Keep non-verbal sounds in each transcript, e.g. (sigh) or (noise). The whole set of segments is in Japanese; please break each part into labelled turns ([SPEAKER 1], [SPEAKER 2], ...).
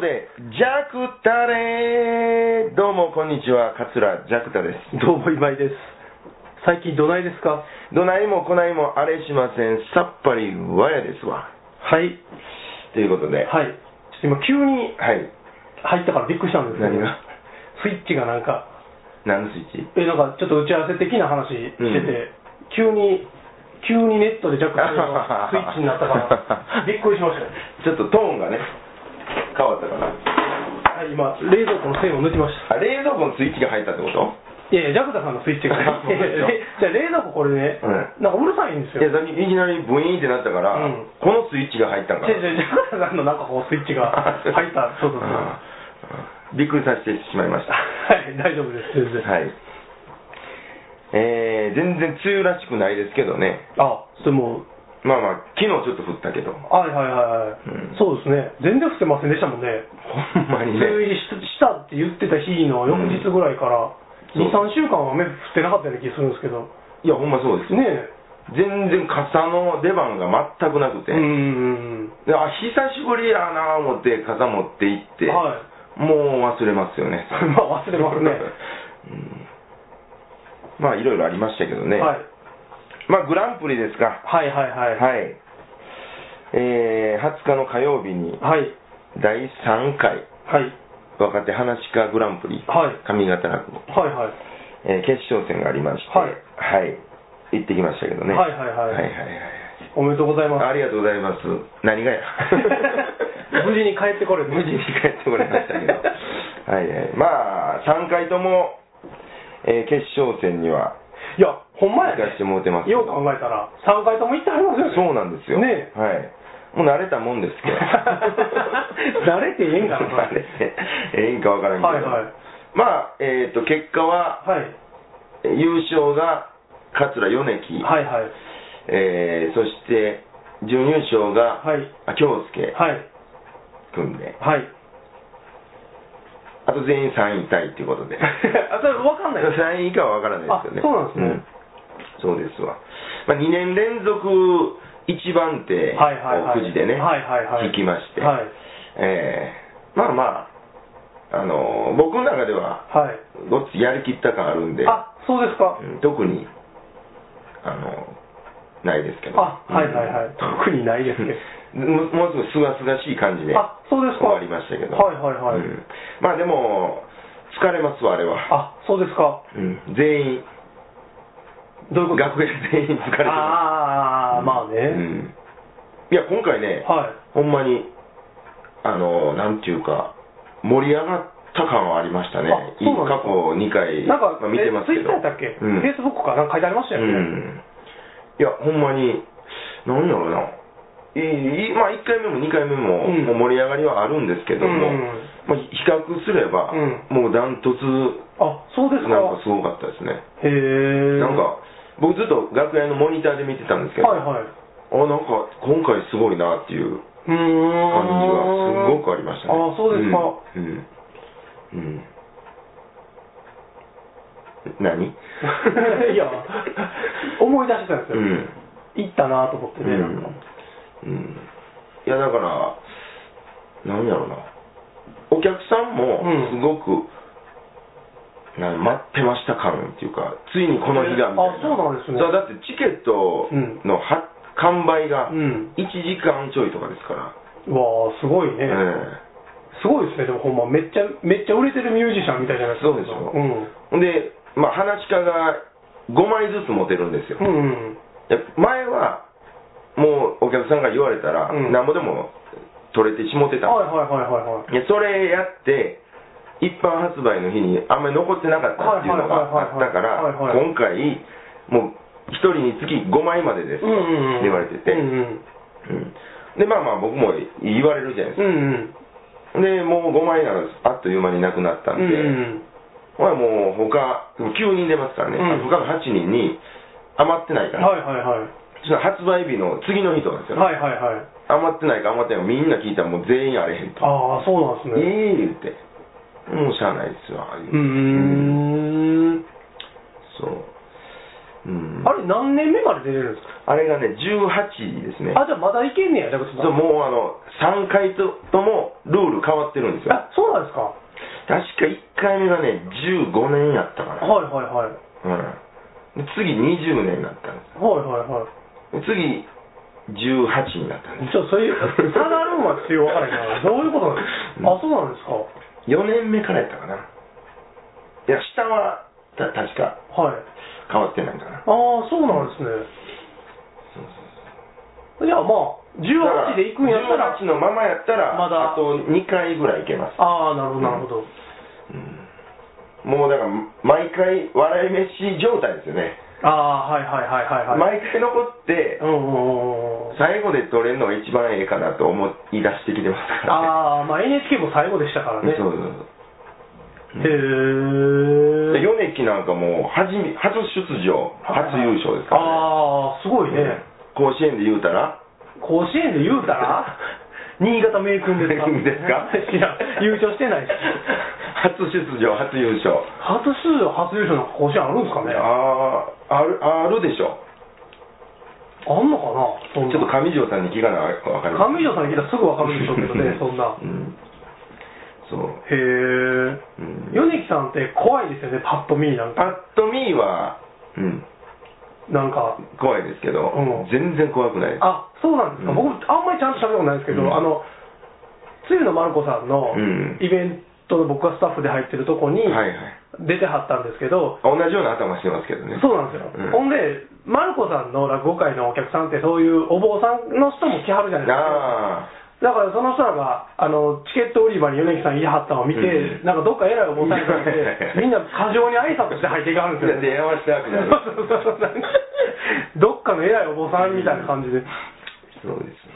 [SPEAKER 1] ジャクタレどうもこんにちは、桂ジャクタです。
[SPEAKER 2] どうも今井です。最近どないですか
[SPEAKER 1] どないもこないもあれしません、さっぱりわやですわ。
[SPEAKER 2] はい。
[SPEAKER 1] ということで、
[SPEAKER 2] はい。ちょっと今急に
[SPEAKER 1] はい。
[SPEAKER 2] 入ったからびっくりしたんですけど、
[SPEAKER 1] 何が
[SPEAKER 2] スイッチがなんか、
[SPEAKER 1] 何のスイッチ
[SPEAKER 2] え、なんかちょっと打ち合わせ的な話してて、急に、急にネットでジャックタレのスイッチになっ
[SPEAKER 1] (laughs)
[SPEAKER 2] たから、びっくりしましたよ。
[SPEAKER 1] ちょっとトーンがね、変わったかな。
[SPEAKER 2] はい、今、冷蔵庫の線を抜きました。
[SPEAKER 1] あ、冷蔵庫のスイッチが入ったってこと。
[SPEAKER 2] いやいや、ジャクタさんのスイッチが
[SPEAKER 1] そうですよ
[SPEAKER 2] え (laughs) じゃあ冷蔵庫これね、
[SPEAKER 1] う
[SPEAKER 2] なんかうるさいんです
[SPEAKER 1] いや、
[SPEAKER 2] よ。
[SPEAKER 1] さっきいきなりブイーンってなったから、
[SPEAKER 2] うん
[SPEAKER 1] このスイッチが入ったんか
[SPEAKER 2] じゃあ
[SPEAKER 1] ら。
[SPEAKER 2] じゃあジャクタさんのなんかこうスイッチが入った。そうそ
[SPEAKER 1] (laughs)
[SPEAKER 2] うそう。
[SPEAKER 1] ん
[SPEAKER 2] は
[SPEAKER 1] うんびっくりさせてしまいました。
[SPEAKER 2] い、大丈夫です、全然。
[SPEAKER 1] はい。えー、全然梅雨らしくないですけどね。
[SPEAKER 2] あ、それもう
[SPEAKER 1] まあまあ、昨日ちょっと降ったけど。
[SPEAKER 2] はいはいはい、はい
[SPEAKER 1] うん
[SPEAKER 2] そうですね、全然伏せませんでしたもんね、
[SPEAKER 1] ほんまに
[SPEAKER 2] 梅雨
[SPEAKER 1] ね。
[SPEAKER 2] 入りししたって言ってた日の翌日ぐらいから、
[SPEAKER 1] うん
[SPEAKER 2] 2、3週間は雨降ってなかったような気がするんですけど、
[SPEAKER 1] いや、ほんまそうですね。
[SPEAKER 2] ね
[SPEAKER 1] 全然傘の出番が全くなく
[SPEAKER 2] え、
[SPEAKER 1] て。
[SPEAKER 2] うーん、
[SPEAKER 1] であ、久しぶりやなぁ思って傘持って行って、
[SPEAKER 2] はい、
[SPEAKER 1] もう忘れますよね。
[SPEAKER 2] まあ忘れますね、
[SPEAKER 1] (laughs) うんまあ、いろいろありましたけどね。
[SPEAKER 2] はい、
[SPEAKER 1] まあ、グランプリですか。
[SPEAKER 2] はいはいはい、はい、
[SPEAKER 1] はい。えー、20日の火曜日に、
[SPEAKER 2] はい、
[SPEAKER 1] 第3回
[SPEAKER 2] はい、
[SPEAKER 1] 若手話家グランプリ、
[SPEAKER 2] はい
[SPEAKER 1] 上方落語、
[SPEAKER 2] はい、はい、
[SPEAKER 1] えー決勝戦がありまして、
[SPEAKER 2] はい
[SPEAKER 1] はい行ってきましたけどね。
[SPEAKER 2] はいはいはい
[SPEAKER 1] はいはい
[SPEAKER 2] おめでとうござい
[SPEAKER 1] はい
[SPEAKER 2] ます。
[SPEAKER 1] ありがとうございます。何がや
[SPEAKER 2] (laughs) 無事に帰ってこれて
[SPEAKER 1] 無事に帰ってこれましたけ
[SPEAKER 2] (laughs)
[SPEAKER 1] ど。はいはい。まあ、3回とも、えー決勝戦にはい
[SPEAKER 2] や、ほんまや
[SPEAKER 1] 行か
[SPEAKER 2] ね
[SPEAKER 1] せ、てもらってますけど
[SPEAKER 2] よう考えたら、3回とも行ってはりますよね。
[SPEAKER 1] そうなんですよ。
[SPEAKER 2] ねえ。
[SPEAKER 1] はい。もう慣れたもんですけど
[SPEAKER 2] (laughs) 慣れてええんかなそれ
[SPEAKER 1] (laughs) 慣れてええんかわからんけど。
[SPEAKER 2] はいはい
[SPEAKER 1] まあ、えっ、と、結果は、
[SPEAKER 2] はい、
[SPEAKER 1] 優勝が桂米木、
[SPEAKER 2] はいはい、
[SPEAKER 1] えーそして準優勝が、
[SPEAKER 2] はい、
[SPEAKER 1] あ京介
[SPEAKER 2] はい、
[SPEAKER 1] 君で、 (laughs)
[SPEAKER 2] はい。
[SPEAKER 1] あと全員3位タイっていうこと
[SPEAKER 2] (laughs)
[SPEAKER 1] で、
[SPEAKER 2] あ、それ分かんないです。
[SPEAKER 1] 3位以下は分からないですよね。
[SPEAKER 2] あそうなんですね
[SPEAKER 1] うんそうですわ。まあ、2年連続一番手を
[SPEAKER 2] はいはいはい
[SPEAKER 1] くじでね、
[SPEAKER 2] はいはいはい
[SPEAKER 1] 引きまして、
[SPEAKER 2] はい
[SPEAKER 1] えーまあまあ、あのー僕の中では、
[SPEAKER 2] はい。
[SPEAKER 1] ごっつやりきった感あるんで、
[SPEAKER 2] あ、そうですか。
[SPEAKER 1] うん特に、あのーないですけど。
[SPEAKER 2] あ、はいはいはい。特にないですね。
[SPEAKER 1] (laughs) ももうすごいすがすがしい感じで
[SPEAKER 2] あ、そうですか。
[SPEAKER 1] 終わりましたけど、
[SPEAKER 2] はいはいはい。
[SPEAKER 1] うんまあでも、疲れますわ、あれは、
[SPEAKER 2] あ、そうですか。
[SPEAKER 1] うん全員、
[SPEAKER 2] どういうこと
[SPEAKER 1] 学園全員疲れてま
[SPEAKER 2] ああ、まあ
[SPEAKER 1] す、う
[SPEAKER 2] ね。
[SPEAKER 1] んいや、今回ね、
[SPEAKER 2] はい。
[SPEAKER 1] ほんまに、あのなんていうか、盛り上がった感はありましたね
[SPEAKER 2] あ、そうなんですか
[SPEAKER 1] 過去2回、
[SPEAKER 2] なんか、
[SPEAKER 1] まあ見てますけど、
[SPEAKER 2] えツイッターだっけ、
[SPEAKER 1] うん
[SPEAKER 2] フェイスブックかなんか書いてありましたよ
[SPEAKER 1] う
[SPEAKER 2] ね。
[SPEAKER 1] ん、いや、ほんまに、なんやろな、いいいまあ、1回目も2回目も
[SPEAKER 2] うん
[SPEAKER 1] もう盛り上がりはあるんですけども、
[SPEAKER 2] うん
[SPEAKER 1] まあ、比較すれば、
[SPEAKER 2] う
[SPEAKER 1] もうダントツ
[SPEAKER 2] あ、そうですか。
[SPEAKER 1] なんかすごかったですね、
[SPEAKER 2] へえ。
[SPEAKER 1] なんか、僕、ずっと楽屋のモニターで見てたんですけど、
[SPEAKER 2] はいはい。
[SPEAKER 1] あなんか今回すごいなっていう
[SPEAKER 2] うーん。
[SPEAKER 1] 感じはすごくありましたね。
[SPEAKER 2] あ、そうですか。
[SPEAKER 1] うんうんうん何
[SPEAKER 2] (laughs) いや、思い出してたんです
[SPEAKER 1] う
[SPEAKER 2] よ。
[SPEAKER 1] ん
[SPEAKER 2] 行ったなと思って
[SPEAKER 1] う
[SPEAKER 2] ね、なん
[SPEAKER 1] ん
[SPEAKER 2] か。
[SPEAKER 1] うんいやだから何やろうなお客さんも
[SPEAKER 2] うん
[SPEAKER 1] すごく、な待ってました感っていうかついにこの日がみたいな
[SPEAKER 2] あそうなんですね
[SPEAKER 1] そうだってチケットのは完売が
[SPEAKER 2] うん。
[SPEAKER 1] 1時間ちょいとかですから、
[SPEAKER 2] うわあすごいね。
[SPEAKER 1] え
[SPEAKER 2] すごいですね、でもほんま、めっちゃ、めっちゃ売れてるミュージシャンみたいじゃないですか。
[SPEAKER 1] そうでしょ
[SPEAKER 2] うん。
[SPEAKER 1] えほんで、まあ、話し家が5枚ずつ持てるんですよ、
[SPEAKER 2] うん、
[SPEAKER 1] で前はもうお客さんが言われたら、
[SPEAKER 2] うん
[SPEAKER 1] なんぼでも取れてしもてたんです
[SPEAKER 2] はい
[SPEAKER 1] よ
[SPEAKER 2] はいはいはいはい。
[SPEAKER 1] いやそれやって一般発売の日にあんまり残ってなかったっていうのが
[SPEAKER 2] はい
[SPEAKER 1] あっ
[SPEAKER 2] はいはいはい
[SPEAKER 1] たから
[SPEAKER 2] はいはい
[SPEAKER 1] 今回もう1人につき5枚までです
[SPEAKER 2] う
[SPEAKER 1] っ
[SPEAKER 2] んうんうん、
[SPEAKER 1] て言われてて、
[SPEAKER 2] うん
[SPEAKER 1] うんでまあまあ僕も言われるじゃないで
[SPEAKER 2] うん、うんうん、
[SPEAKER 1] すか、でもう5枚ならあっという間になくなったんで、
[SPEAKER 2] うん
[SPEAKER 1] ほらもう他でも9人出ますからね、
[SPEAKER 2] うん
[SPEAKER 1] 他の8人に余ってない
[SPEAKER 2] うん、
[SPEAKER 1] か
[SPEAKER 2] は
[SPEAKER 1] ら、
[SPEAKER 2] いはいはい。
[SPEAKER 1] その発売日の次の日とかですよ、
[SPEAKER 2] はいはいはい。
[SPEAKER 1] 余ってないか余ってないかみんな聞いたらもう全員あれへんと
[SPEAKER 2] ああ、そうなんですね。
[SPEAKER 1] ええ言ってもうしゃあないですわ言うて
[SPEAKER 2] うーん。
[SPEAKER 1] そう。うん。うん
[SPEAKER 2] あれ何年目まで出れるんですか
[SPEAKER 1] あれがね、18ですね。
[SPEAKER 2] あ、じゃあまだいけんねや、ジャクソンさ。
[SPEAKER 1] そうんもうあの、3回とともルール変わってるんですよ。
[SPEAKER 2] あ、そうなんですか。
[SPEAKER 1] 確か1回目がね、15年やったかな。
[SPEAKER 2] はいはいはい。
[SPEAKER 1] うん、で次20年になったんで
[SPEAKER 2] はいはいはい。
[SPEAKER 1] す。で次、18になったんです。
[SPEAKER 2] ちょ、そういう、サダルーンは強いわからへんから、どういうことなんですかあ、そうなんですか。
[SPEAKER 1] 4年目からやったかな。いや、下は、た確か
[SPEAKER 2] はい。
[SPEAKER 1] 変わってないかな。
[SPEAKER 2] ああ、そうなんですね。じゃあまあ、18で行くんやったら、
[SPEAKER 1] 18のままやったら、
[SPEAKER 2] ま
[SPEAKER 1] あ
[SPEAKER 2] だ
[SPEAKER 1] と2回ぐらいいけます。
[SPEAKER 2] ああ、なるほど、なるほど。
[SPEAKER 1] うんもうだから、毎回笑い飯状態ですよね。
[SPEAKER 2] ああ、はいはいはいはいは
[SPEAKER 1] 毎
[SPEAKER 2] い。
[SPEAKER 1] 回残って
[SPEAKER 2] う、んうんうんうん。
[SPEAKER 1] 最後で取れるのが一番ええかなと思い出してきてますからね。
[SPEAKER 2] ああ、まあ NHK も最後でしたからね。
[SPEAKER 1] そうそうそう。
[SPEAKER 2] へえ。
[SPEAKER 1] で米木なんかもう初め、初出場、初優勝ですからね。
[SPEAKER 2] ああ、すごいね。
[SPEAKER 1] 甲子園で言うたら、
[SPEAKER 2] 甲子園で言うた
[SPEAKER 1] (laughs)
[SPEAKER 2] ら、新潟名君ですか
[SPEAKER 1] 名君ですか
[SPEAKER 2] いや、優勝してないし。
[SPEAKER 1] (laughs) 初出場、初優勝。
[SPEAKER 2] 初出場、初優勝の甲子園あるんですかねあ
[SPEAKER 1] あーある、あるでしょ。
[SPEAKER 2] んのかなそん
[SPEAKER 1] ち
[SPEAKER 2] な
[SPEAKER 1] ょっと上条さんに聞かな分かりま
[SPEAKER 2] 上条さんに聞いたらすぐわかるでしょうけ
[SPEAKER 1] (laughs)
[SPEAKER 2] どね、そんな。
[SPEAKER 1] うん。そう。
[SPEAKER 2] へえ。
[SPEAKER 1] うん
[SPEAKER 2] 米木さんって怖いですよね、パッと見なんか。
[SPEAKER 1] パッと見は、うん、
[SPEAKER 2] なんか。
[SPEAKER 1] 怖いですけど、
[SPEAKER 2] うん
[SPEAKER 1] 全然怖くないです。
[SPEAKER 2] あ、そうなんですか。
[SPEAKER 1] うん
[SPEAKER 2] 僕、あんまりちゃんと喋ることないんですけど、
[SPEAKER 1] うん
[SPEAKER 2] あの、つゆのまる子さんの
[SPEAKER 1] うん
[SPEAKER 2] イベントの僕がスタッフで入ってるとこに
[SPEAKER 1] はいはい。
[SPEAKER 2] 出てはったんですけど、
[SPEAKER 1] 同じような頭してますけどね。
[SPEAKER 2] そうなんですよ。
[SPEAKER 1] うん
[SPEAKER 2] ほんで、まる子さんの落語会のお客さんってそういうお坊さんの人も来はるじゃないですか。
[SPEAKER 1] あ
[SPEAKER 2] だからその人らがあのチケット売り場に米木さんいはったのを見て、
[SPEAKER 1] うん
[SPEAKER 2] なんかどっか偉いお坊さんがい
[SPEAKER 1] (laughs)
[SPEAKER 2] てみんな過剰に挨拶して入っていかは
[SPEAKER 1] あ。
[SPEAKER 2] るん
[SPEAKER 1] 出
[SPEAKER 2] ですよ、ね。
[SPEAKER 1] 会わせたわけじゃない
[SPEAKER 2] そうそうそう (laughs) なんかどっかの偉いお坊さんみたいな感じで。
[SPEAKER 1] そうです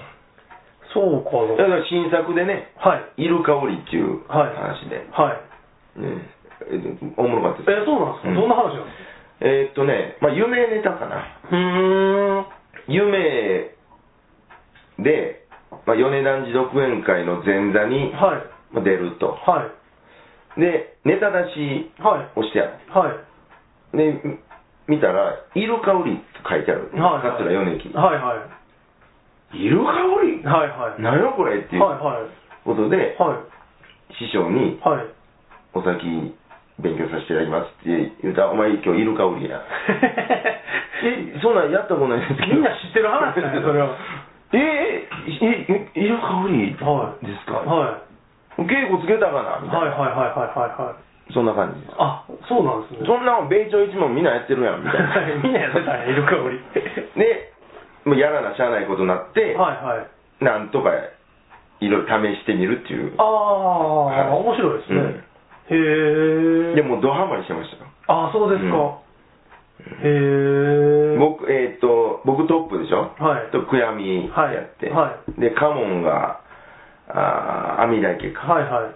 [SPEAKER 2] そうか
[SPEAKER 1] わ。だから新作でね、
[SPEAKER 2] はい。
[SPEAKER 1] イルカオリっていう
[SPEAKER 2] はい。
[SPEAKER 1] 話で、
[SPEAKER 2] はい。
[SPEAKER 1] ねえおもろかったです。
[SPEAKER 2] え、そうなんですか、どんな話なんです
[SPEAKER 1] えーっとね、まあ、夢ネタかな。
[SPEAKER 2] かうーん。
[SPEAKER 1] 夢で、まあ、米男児独演会の前座に
[SPEAKER 2] はい。
[SPEAKER 1] まあ出ると。
[SPEAKER 2] はい。
[SPEAKER 1] で、ネタ出し
[SPEAKER 2] はい。
[SPEAKER 1] をしてある。
[SPEAKER 2] はい。
[SPEAKER 1] で、み見たら、イルカオリって書いてある。
[SPEAKER 2] はい。
[SPEAKER 1] 桂米木。
[SPEAKER 2] はいはい。
[SPEAKER 1] イルカオリ
[SPEAKER 2] はいはい。
[SPEAKER 1] 何やこれっていう
[SPEAKER 2] はいはい。
[SPEAKER 1] ことで、
[SPEAKER 2] はい。
[SPEAKER 1] 師匠に、 (laughs)
[SPEAKER 2] はい。
[SPEAKER 1] お先勉強させていただきますって言うたら、お前今日イルカオリや。え、そんなんやったことないですけど。
[SPEAKER 2] みんな知ってる話だねそれ (laughs) は。
[SPEAKER 1] えー、え、イルカオリです
[SPEAKER 2] はい。
[SPEAKER 1] か、
[SPEAKER 2] はい。
[SPEAKER 1] 稽古つけたかなみた
[SPEAKER 2] はい
[SPEAKER 1] いな、
[SPEAKER 2] はいはいはいはいはい。
[SPEAKER 1] そんな感じです
[SPEAKER 2] あ、そうなんですね。
[SPEAKER 1] そんなもん米朝一問みんなやってる
[SPEAKER 2] (laughs)
[SPEAKER 1] やんみたいな
[SPEAKER 2] みんなやってたんやイルカオリ
[SPEAKER 1] (laughs) でもうやらなしゃあないことになって、
[SPEAKER 2] はいはい。
[SPEAKER 1] なんとかいろいろ試してみるっていう
[SPEAKER 2] ああ、面白いですね。へえ。
[SPEAKER 1] でもうドハマりしてましたよ
[SPEAKER 2] ああ、そうですか。へえ。
[SPEAKER 1] 僕えーっと僕トップでしょ、
[SPEAKER 2] はい
[SPEAKER 1] と悔やみやって、
[SPEAKER 2] は
[SPEAKER 1] でカモンがあ網だけか、
[SPEAKER 2] はいは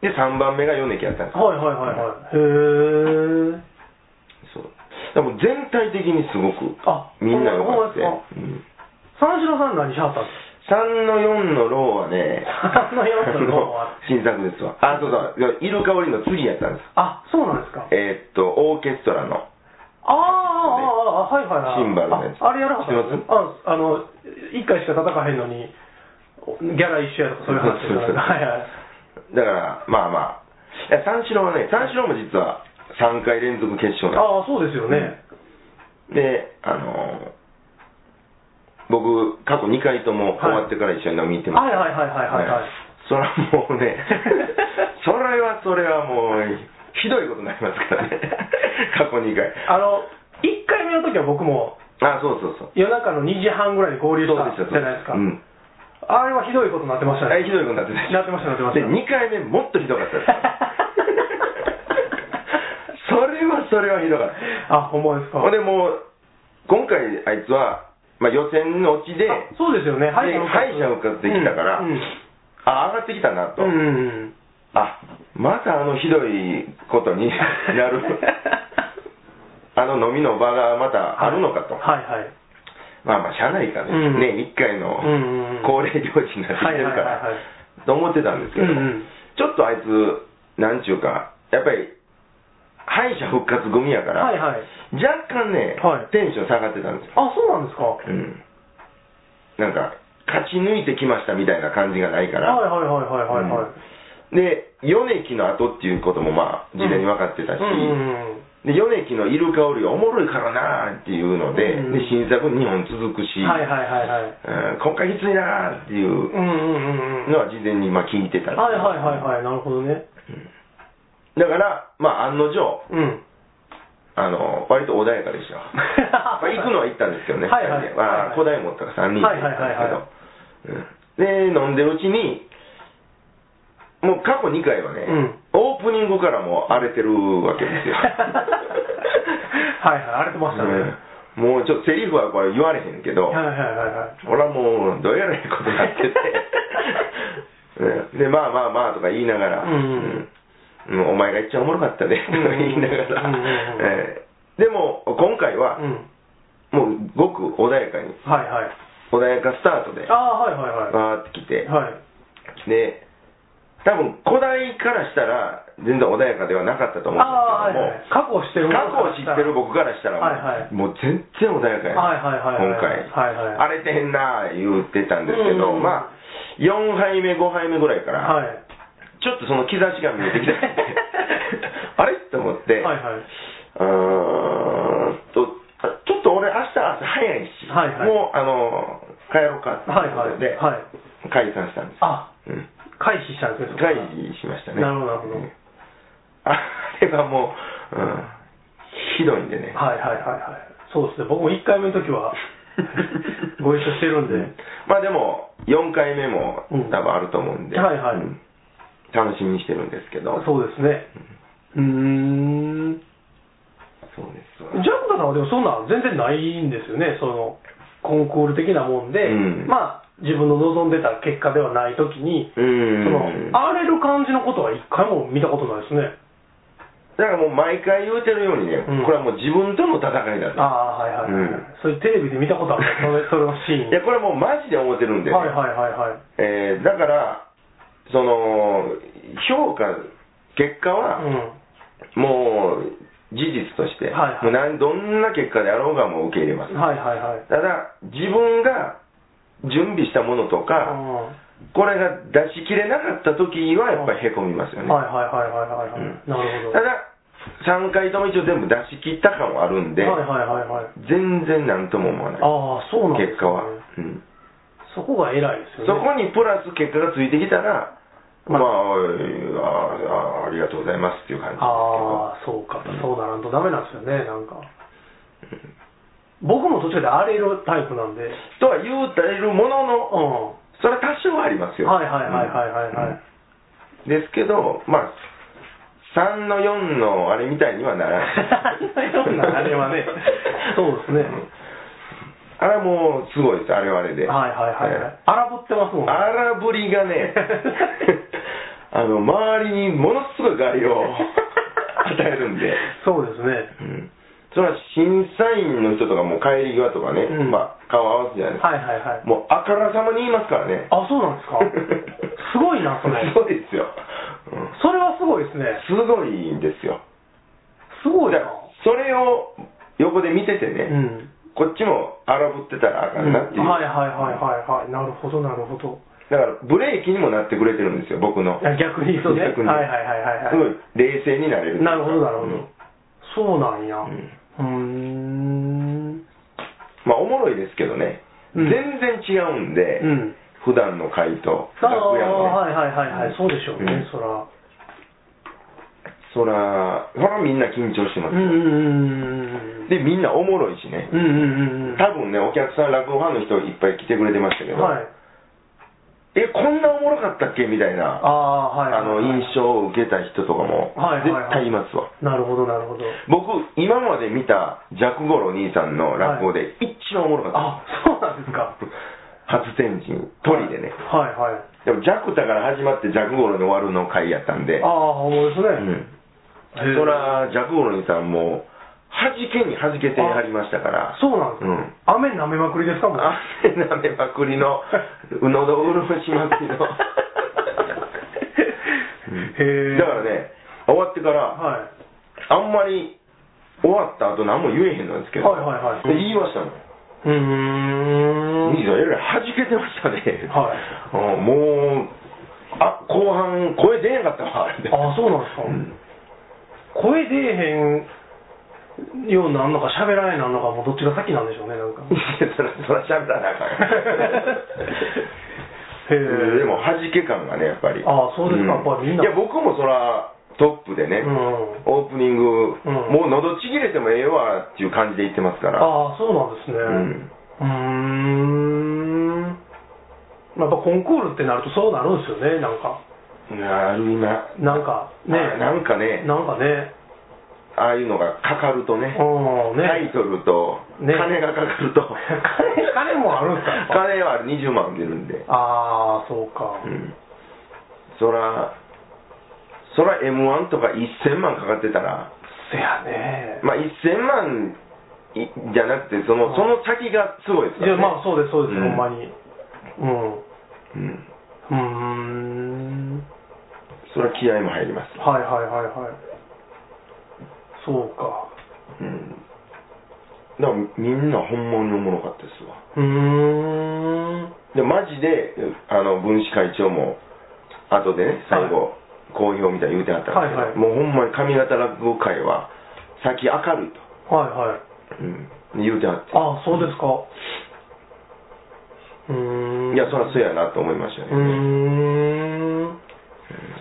[SPEAKER 2] い。
[SPEAKER 1] で3番目が米木やったんです
[SPEAKER 2] はいはいはいはい。へえ。
[SPEAKER 1] そうでも全体的にすごく
[SPEAKER 2] あ
[SPEAKER 1] みんな良かった
[SPEAKER 2] ほんまです
[SPEAKER 1] うん
[SPEAKER 2] 三四郎さん何しはったんです
[SPEAKER 1] 3の4のローはね、
[SPEAKER 2] 3の4のローは
[SPEAKER 1] 新作ですわ。あ、そうそう、イルカオリの次やったんです。
[SPEAKER 2] かあ、そうなんですか。
[SPEAKER 1] えーっと、オーケストラの。
[SPEAKER 2] ああ、ああ、はいはいはい。
[SPEAKER 1] シンバルのやつ
[SPEAKER 2] ああれやらはったんです
[SPEAKER 1] 知っ
[SPEAKER 2] ねあ、あの、一回しか叩かへんのに、ギャラ一緒やとかそういう話じゃない
[SPEAKER 1] そうそうそう
[SPEAKER 2] はいはい。
[SPEAKER 1] だから、まあまあ。いや、三四郎はね、三四郎も実は3回連続決勝な
[SPEAKER 2] ああ、そうですよ
[SPEAKER 1] ん
[SPEAKER 2] ね。
[SPEAKER 1] です。で、あのー僕、過去2回とも終わってから一緒に飲み行ってます。
[SPEAKER 2] はいはいはいはいはいはい。
[SPEAKER 1] そらもう
[SPEAKER 2] (laughs)
[SPEAKER 1] ね、それはそれはもう、ひどいことになりますから
[SPEAKER 2] (laughs)
[SPEAKER 1] ね。過去2回。
[SPEAKER 2] あの、1回目の時は僕も
[SPEAKER 1] あ、そうそうそう。
[SPEAKER 2] 夜中の2時半ぐらいに合流し
[SPEAKER 1] そう
[SPEAKER 2] た
[SPEAKER 1] でした、
[SPEAKER 2] じ
[SPEAKER 1] そう
[SPEAKER 2] ゃないですか。
[SPEAKER 1] うん。
[SPEAKER 2] あれはひどいことになってました
[SPEAKER 1] あ
[SPEAKER 2] ね。
[SPEAKER 1] ひどいことになってた
[SPEAKER 2] なってましたなってました
[SPEAKER 1] で2回目もっとひどかったです
[SPEAKER 2] (laughs)
[SPEAKER 1] それはそれはひどかった
[SPEAKER 2] あ、ほんまですか。
[SPEAKER 1] ほんでもう今回あいつは、まあ、予選のうちで
[SPEAKER 2] あそうですよね。
[SPEAKER 1] で敗者復活できたから
[SPEAKER 2] うんうん
[SPEAKER 1] あ上がってきたなと、
[SPEAKER 2] うんうんうん。
[SPEAKER 1] あまたあのひどいことに (laughs) なるあの飲みの場がまたあるのかと、
[SPEAKER 2] はいはい。
[SPEAKER 1] まあまあ社内かね、
[SPEAKER 2] うん
[SPEAKER 1] ね1回の
[SPEAKER 2] うんうん
[SPEAKER 1] 恒例行事になってきてるか
[SPEAKER 2] はいはいはいは
[SPEAKER 1] らと思ってたんですけど、
[SPEAKER 2] うんうん
[SPEAKER 1] ちょっとあいつなんちゅうかやっぱり敗者復活組やから、
[SPEAKER 2] はいはい。
[SPEAKER 1] 若干ね、
[SPEAKER 2] はい
[SPEAKER 1] テンション下がってたんですよ。
[SPEAKER 2] あ、そうなんですか。は
[SPEAKER 1] うん。なんか、勝ち抜いてきましたみたいな感じがないか
[SPEAKER 2] い
[SPEAKER 1] ら。
[SPEAKER 2] はいはいはいはいはい。
[SPEAKER 1] で、米木の後っていうこともまあ、事前に分かってたし、
[SPEAKER 2] うんうんう
[SPEAKER 1] で、
[SPEAKER 2] ん。
[SPEAKER 1] 米木のイルカオリがおもろいからなーっていうので、
[SPEAKER 2] うん
[SPEAKER 1] で、新作2本続くし、
[SPEAKER 2] はいはいはいはい。
[SPEAKER 1] うん今回きついなーっていう
[SPEAKER 2] うんうんうんうん。
[SPEAKER 1] のは事前にまあ聞いてたんですよ
[SPEAKER 2] はいはいはいはい、なるほどね。
[SPEAKER 1] だから、まあ、案の定、
[SPEAKER 2] うん。
[SPEAKER 1] あの、割と穏やかでした。まあ、行くのは行ったんですけどね、
[SPEAKER 2] はいはい
[SPEAKER 1] 二人でまあ、
[SPEAKER 2] はいはい
[SPEAKER 1] 古代持ったから3人で行ったんですけど。うんで、飲んでるうちに、もう過去2回はね、
[SPEAKER 2] うん
[SPEAKER 1] オープニングからもう荒れてるわけですよ。
[SPEAKER 2] はいはい、荒れて (laughs) ましたね。
[SPEAKER 1] うんもうちょっとセリフはこれ言われへんけど、
[SPEAKER 2] はいはいはいはい。
[SPEAKER 1] 俺はもうどうやらいいことにな
[SPEAKER 2] (laughs)
[SPEAKER 1] っててうんでまあまあまあとか言いながら、
[SPEAKER 2] うん
[SPEAKER 1] うんうんお前が一番おもろかったねとか言いながら、
[SPEAKER 2] うんうんうん
[SPEAKER 1] えーでも今回は
[SPEAKER 2] うん。
[SPEAKER 1] もうごく穏やかに
[SPEAKER 2] はいはい。
[SPEAKER 1] 穏やかスタートで
[SPEAKER 2] ああ、はいはいは
[SPEAKER 1] バーって来て
[SPEAKER 2] い。はい。
[SPEAKER 1] で多分古代からしたら全然穏やかではなかったと思うん
[SPEAKER 2] ああ、はい
[SPEAKER 1] で
[SPEAKER 2] はい。過去を知っ
[SPEAKER 1] す
[SPEAKER 2] て
[SPEAKER 1] けど
[SPEAKER 2] る
[SPEAKER 1] も過去を知ってる僕からしたらもう,、
[SPEAKER 2] はいはい
[SPEAKER 1] もう全然穏やかやな
[SPEAKER 2] はいはいはい
[SPEAKER 1] 今回
[SPEAKER 2] はい。はいは
[SPEAKER 1] 荒れ
[SPEAKER 2] い。
[SPEAKER 1] てへんなー言ってたんですけど、
[SPEAKER 2] うん
[SPEAKER 1] まあ、4杯目、5杯目ぐらいから、
[SPEAKER 2] はい。
[SPEAKER 1] ちょっとその兆しが見えてきた
[SPEAKER 2] (laughs)
[SPEAKER 1] あれと思って、
[SPEAKER 2] はいはい。
[SPEAKER 1] うーんと、ちょっと俺、明日朝早いし、
[SPEAKER 2] はいはい
[SPEAKER 1] もう、あのー、帰ろうかって
[SPEAKER 2] はい
[SPEAKER 1] いう
[SPEAKER 2] は
[SPEAKER 1] こと
[SPEAKER 2] い。
[SPEAKER 1] で、
[SPEAKER 2] はい。
[SPEAKER 1] 解散したんです。
[SPEAKER 2] あ、
[SPEAKER 1] うん、
[SPEAKER 2] 回避したんですね。
[SPEAKER 1] 会議しましたね。
[SPEAKER 2] なるほどなるほど
[SPEAKER 1] うんあれはもう、うん、ひどいんでね。 (laughs)
[SPEAKER 2] はいはいはいはい。そうですね。僕も1回目の時はご一緒してるんで。
[SPEAKER 1] まあでも、4回目も多
[SPEAKER 2] うん
[SPEAKER 1] 分あると思うんで、
[SPEAKER 2] はいはい
[SPEAKER 1] うん楽しみにしてるんですけど、
[SPEAKER 2] そうですね。うーん。
[SPEAKER 1] そうですわ
[SPEAKER 2] ジャンダさんはでもそんなん全然ないんですよね。そのコンクール的なもんで、
[SPEAKER 1] うん
[SPEAKER 2] まあ自分の望んでた結果ではない時に、
[SPEAKER 1] う
[SPEAKER 2] そ
[SPEAKER 1] ん
[SPEAKER 2] の荒れる感じのことは一回も見たことないですね。
[SPEAKER 1] だからもう毎回言うてるようにね、
[SPEAKER 2] うん
[SPEAKER 1] これはもう自分との戦いだと。
[SPEAKER 2] ああはいはい、はい
[SPEAKER 1] うん
[SPEAKER 2] そういうテレビで見たことある。それそれのシーン。
[SPEAKER 1] いや、これはもうマジで思ってるんでね、
[SPEAKER 2] はいはいはいはい。
[SPEAKER 1] えーだから、その、評価、結果
[SPEAKER 2] う
[SPEAKER 1] は、
[SPEAKER 2] ん。
[SPEAKER 1] もう、事実として、
[SPEAKER 2] はいはい
[SPEAKER 1] もうなんどんな結果であろうがもう受け入れます。
[SPEAKER 2] はいはいはい。
[SPEAKER 1] ただ、自分が準備したものとか、
[SPEAKER 2] うん
[SPEAKER 1] これが出し切れなかった時はやっぱりへこみますよね、
[SPEAKER 2] はいはいはいはいはいはい。
[SPEAKER 1] うん
[SPEAKER 2] なるほど。
[SPEAKER 1] ただ3回とも一応全部出し切った感はあるんで、
[SPEAKER 2] はいはいはいはい。
[SPEAKER 1] 全然なんとも思わない
[SPEAKER 2] ああ、そうなんで
[SPEAKER 1] 結
[SPEAKER 2] す、ね、
[SPEAKER 1] 果は、うん
[SPEAKER 2] そこが偉いです
[SPEAKER 1] そ
[SPEAKER 2] よね。
[SPEAKER 1] こにプラス結果がついてきたらまあ、ああありがとうございますっていう感じですけど
[SPEAKER 2] ああ、そうか、そうならんとダメなんですよね、なんか。僕も途中で荒れるタイプなんで、うん。
[SPEAKER 1] とは言うたるものの
[SPEAKER 2] は
[SPEAKER 1] それは多少はあります
[SPEAKER 2] い
[SPEAKER 1] よ
[SPEAKER 2] はいはいはいはいはい。
[SPEAKER 1] うんですけどまあ3の4のあれみたいにはならない
[SPEAKER 2] 3の4のあれ
[SPEAKER 1] (laughs)
[SPEAKER 2] はねそうですね
[SPEAKER 1] んあれはもうすごいですあれはあれで
[SPEAKER 2] はいはいはいは
[SPEAKER 1] え
[SPEAKER 2] い。荒ぶってますもんね。
[SPEAKER 1] 荒ぶりがね (laughs) あの周りにものすごい害
[SPEAKER 2] (laughs)
[SPEAKER 1] を与えるんで、
[SPEAKER 2] そうですね。
[SPEAKER 1] うん、それは審査員の人とかもう帰り際とかね、
[SPEAKER 2] うん
[SPEAKER 1] まあ、顔合わせじゃないですか、
[SPEAKER 2] はいはいはい。
[SPEAKER 1] もうあからさまに言いますからね
[SPEAKER 2] あ、そうなん
[SPEAKER 1] (laughs)
[SPEAKER 2] ですかすごいな、それ。
[SPEAKER 1] すごいですよ、うん
[SPEAKER 2] それはすごいですね。
[SPEAKER 1] すごいんですよ
[SPEAKER 2] すごいな。
[SPEAKER 1] それを横で見てて
[SPEAKER 2] う
[SPEAKER 1] ね、
[SPEAKER 2] ん。
[SPEAKER 1] こっちも荒ぶってたらあかんなっていう、
[SPEAKER 2] はいはいはいはいはい。なるほどなるほど。
[SPEAKER 1] だからブレーキにもなってくれてるんですよ僕の
[SPEAKER 2] あ逆にそうね。はい
[SPEAKER 1] 逆に
[SPEAKER 2] はいはいはいはい。
[SPEAKER 1] すごい冷静になれる
[SPEAKER 2] なるほど、なるほ
[SPEAKER 1] う
[SPEAKER 2] ど。
[SPEAKER 1] ん
[SPEAKER 2] そうなんや。
[SPEAKER 1] ん
[SPEAKER 2] うーん。
[SPEAKER 1] まあおもろいですけどね、
[SPEAKER 2] うん
[SPEAKER 1] 全然違うんで、
[SPEAKER 2] うん。
[SPEAKER 1] 普段の回と
[SPEAKER 2] あ
[SPEAKER 1] 楽
[SPEAKER 2] あ、
[SPEAKER 1] 屋の
[SPEAKER 2] は
[SPEAKER 1] ね
[SPEAKER 2] いはいはいはい。そうでしょう
[SPEAKER 1] うん
[SPEAKER 2] ね、そら。
[SPEAKER 1] そらそらみんな緊張してま
[SPEAKER 2] う
[SPEAKER 1] す
[SPEAKER 2] ん
[SPEAKER 1] よ、
[SPEAKER 2] うんうんうん。
[SPEAKER 1] でみんなおもろいしね
[SPEAKER 2] うんうんうんうん。
[SPEAKER 1] 多分ねお客さん落語ファンの人いっぱい来てくれてましたけど、
[SPEAKER 2] はい。
[SPEAKER 1] えこんなおもろかったっけみたいな
[SPEAKER 2] あ
[SPEAKER 1] あ
[SPEAKER 2] あ、はいはい。
[SPEAKER 1] の印
[SPEAKER 2] 象。
[SPEAKER 1] 象を受けた人とかも
[SPEAKER 2] はいは
[SPEAKER 1] 絶対い
[SPEAKER 2] いはい
[SPEAKER 1] ますわ、
[SPEAKER 2] なるほど、なるほど。
[SPEAKER 1] 僕今まで見たジャクゴロ兄さんの落語で一番おもろかった、
[SPEAKER 2] あ、そうなんですか。
[SPEAKER 1] 初天神鳥でね、
[SPEAKER 2] はいはい。
[SPEAKER 1] でもジャクタから始まってジャクゴロに終わるの回やったんで
[SPEAKER 2] ああ、ほんまですね。
[SPEAKER 1] うんそ
[SPEAKER 2] へえ
[SPEAKER 1] らジャクゴロニさんもはじけにはじけてはりましたから
[SPEAKER 2] そうなんで
[SPEAKER 1] う
[SPEAKER 2] すか。
[SPEAKER 1] ん
[SPEAKER 2] 雨舐めまくりですかもう。
[SPEAKER 1] 汗なめまくりの喉潤しまくりの
[SPEAKER 2] へえ。
[SPEAKER 1] だからね終わってから
[SPEAKER 2] はい。
[SPEAKER 1] あんまり終わった後何も言えへんのですけど、
[SPEAKER 2] はいはいはい
[SPEAKER 1] で言いましたもん
[SPEAKER 2] うーん
[SPEAKER 1] 兄さん、えらい弾けてましたね、
[SPEAKER 2] はい
[SPEAKER 1] うんもう、あ後半、声出へんかったわ、あれで
[SPEAKER 2] あそうなんですか、
[SPEAKER 1] うん
[SPEAKER 2] 声出えへんようになんのか喋られなんのかもうどっちが先なんでしょうねなん
[SPEAKER 1] (laughs)
[SPEAKER 2] か
[SPEAKER 1] いやそら、そらしゃべらなあかん。うん
[SPEAKER 2] へえ
[SPEAKER 1] でも、弾け感がね、やっぱり。
[SPEAKER 2] あそうですかやっぱりみんない
[SPEAKER 1] や、僕もそら、トップでね、
[SPEAKER 2] うん
[SPEAKER 1] オープニング、
[SPEAKER 2] うん
[SPEAKER 1] もう喉ちぎれてもええわっていう感じで言ってますから。
[SPEAKER 2] ああそうなんですねうーんやっぱコンクールってなるとそうなるんですよねなんか
[SPEAKER 1] なるな。
[SPEAKER 2] なんかね
[SPEAKER 1] あなんかね
[SPEAKER 2] なんかね
[SPEAKER 1] ああいうのがかかるとね、
[SPEAKER 2] うんね
[SPEAKER 1] タイトルと、
[SPEAKER 2] ね
[SPEAKER 1] 金がかかると。
[SPEAKER 2] 金 (laughs) 金もあるんすかやっぱ
[SPEAKER 1] 金は20万出るんで。
[SPEAKER 2] ああそうか、
[SPEAKER 1] うん。そら、そら M1 とか1000万かかってたら、
[SPEAKER 2] せやね
[SPEAKER 1] まあ1000万いじゃなくて、その、
[SPEAKER 2] うん
[SPEAKER 1] その先がすごいですか
[SPEAKER 2] いや
[SPEAKER 1] ら、ね。
[SPEAKER 2] まあそうですそうです、
[SPEAKER 1] うん
[SPEAKER 2] ほんまにうん
[SPEAKER 1] うん。
[SPEAKER 2] うーん
[SPEAKER 1] それは気合も入ります。
[SPEAKER 2] はいはいはいはいそうか
[SPEAKER 1] うん。だからみんな本物におもろかったですわ。
[SPEAKER 2] うーん
[SPEAKER 1] で、マジで、あの、分子会長も、後でね、最後、好評みたいに言うてはったんですけど、
[SPEAKER 2] はいはい
[SPEAKER 1] もうほんまに上方落語界は、先明るいと、
[SPEAKER 2] はいはい
[SPEAKER 1] うん、言うてはって。
[SPEAKER 2] あそうですかうーん
[SPEAKER 1] いや、そらそうやなと思いましたね。
[SPEAKER 2] うーん
[SPEAKER 1] うん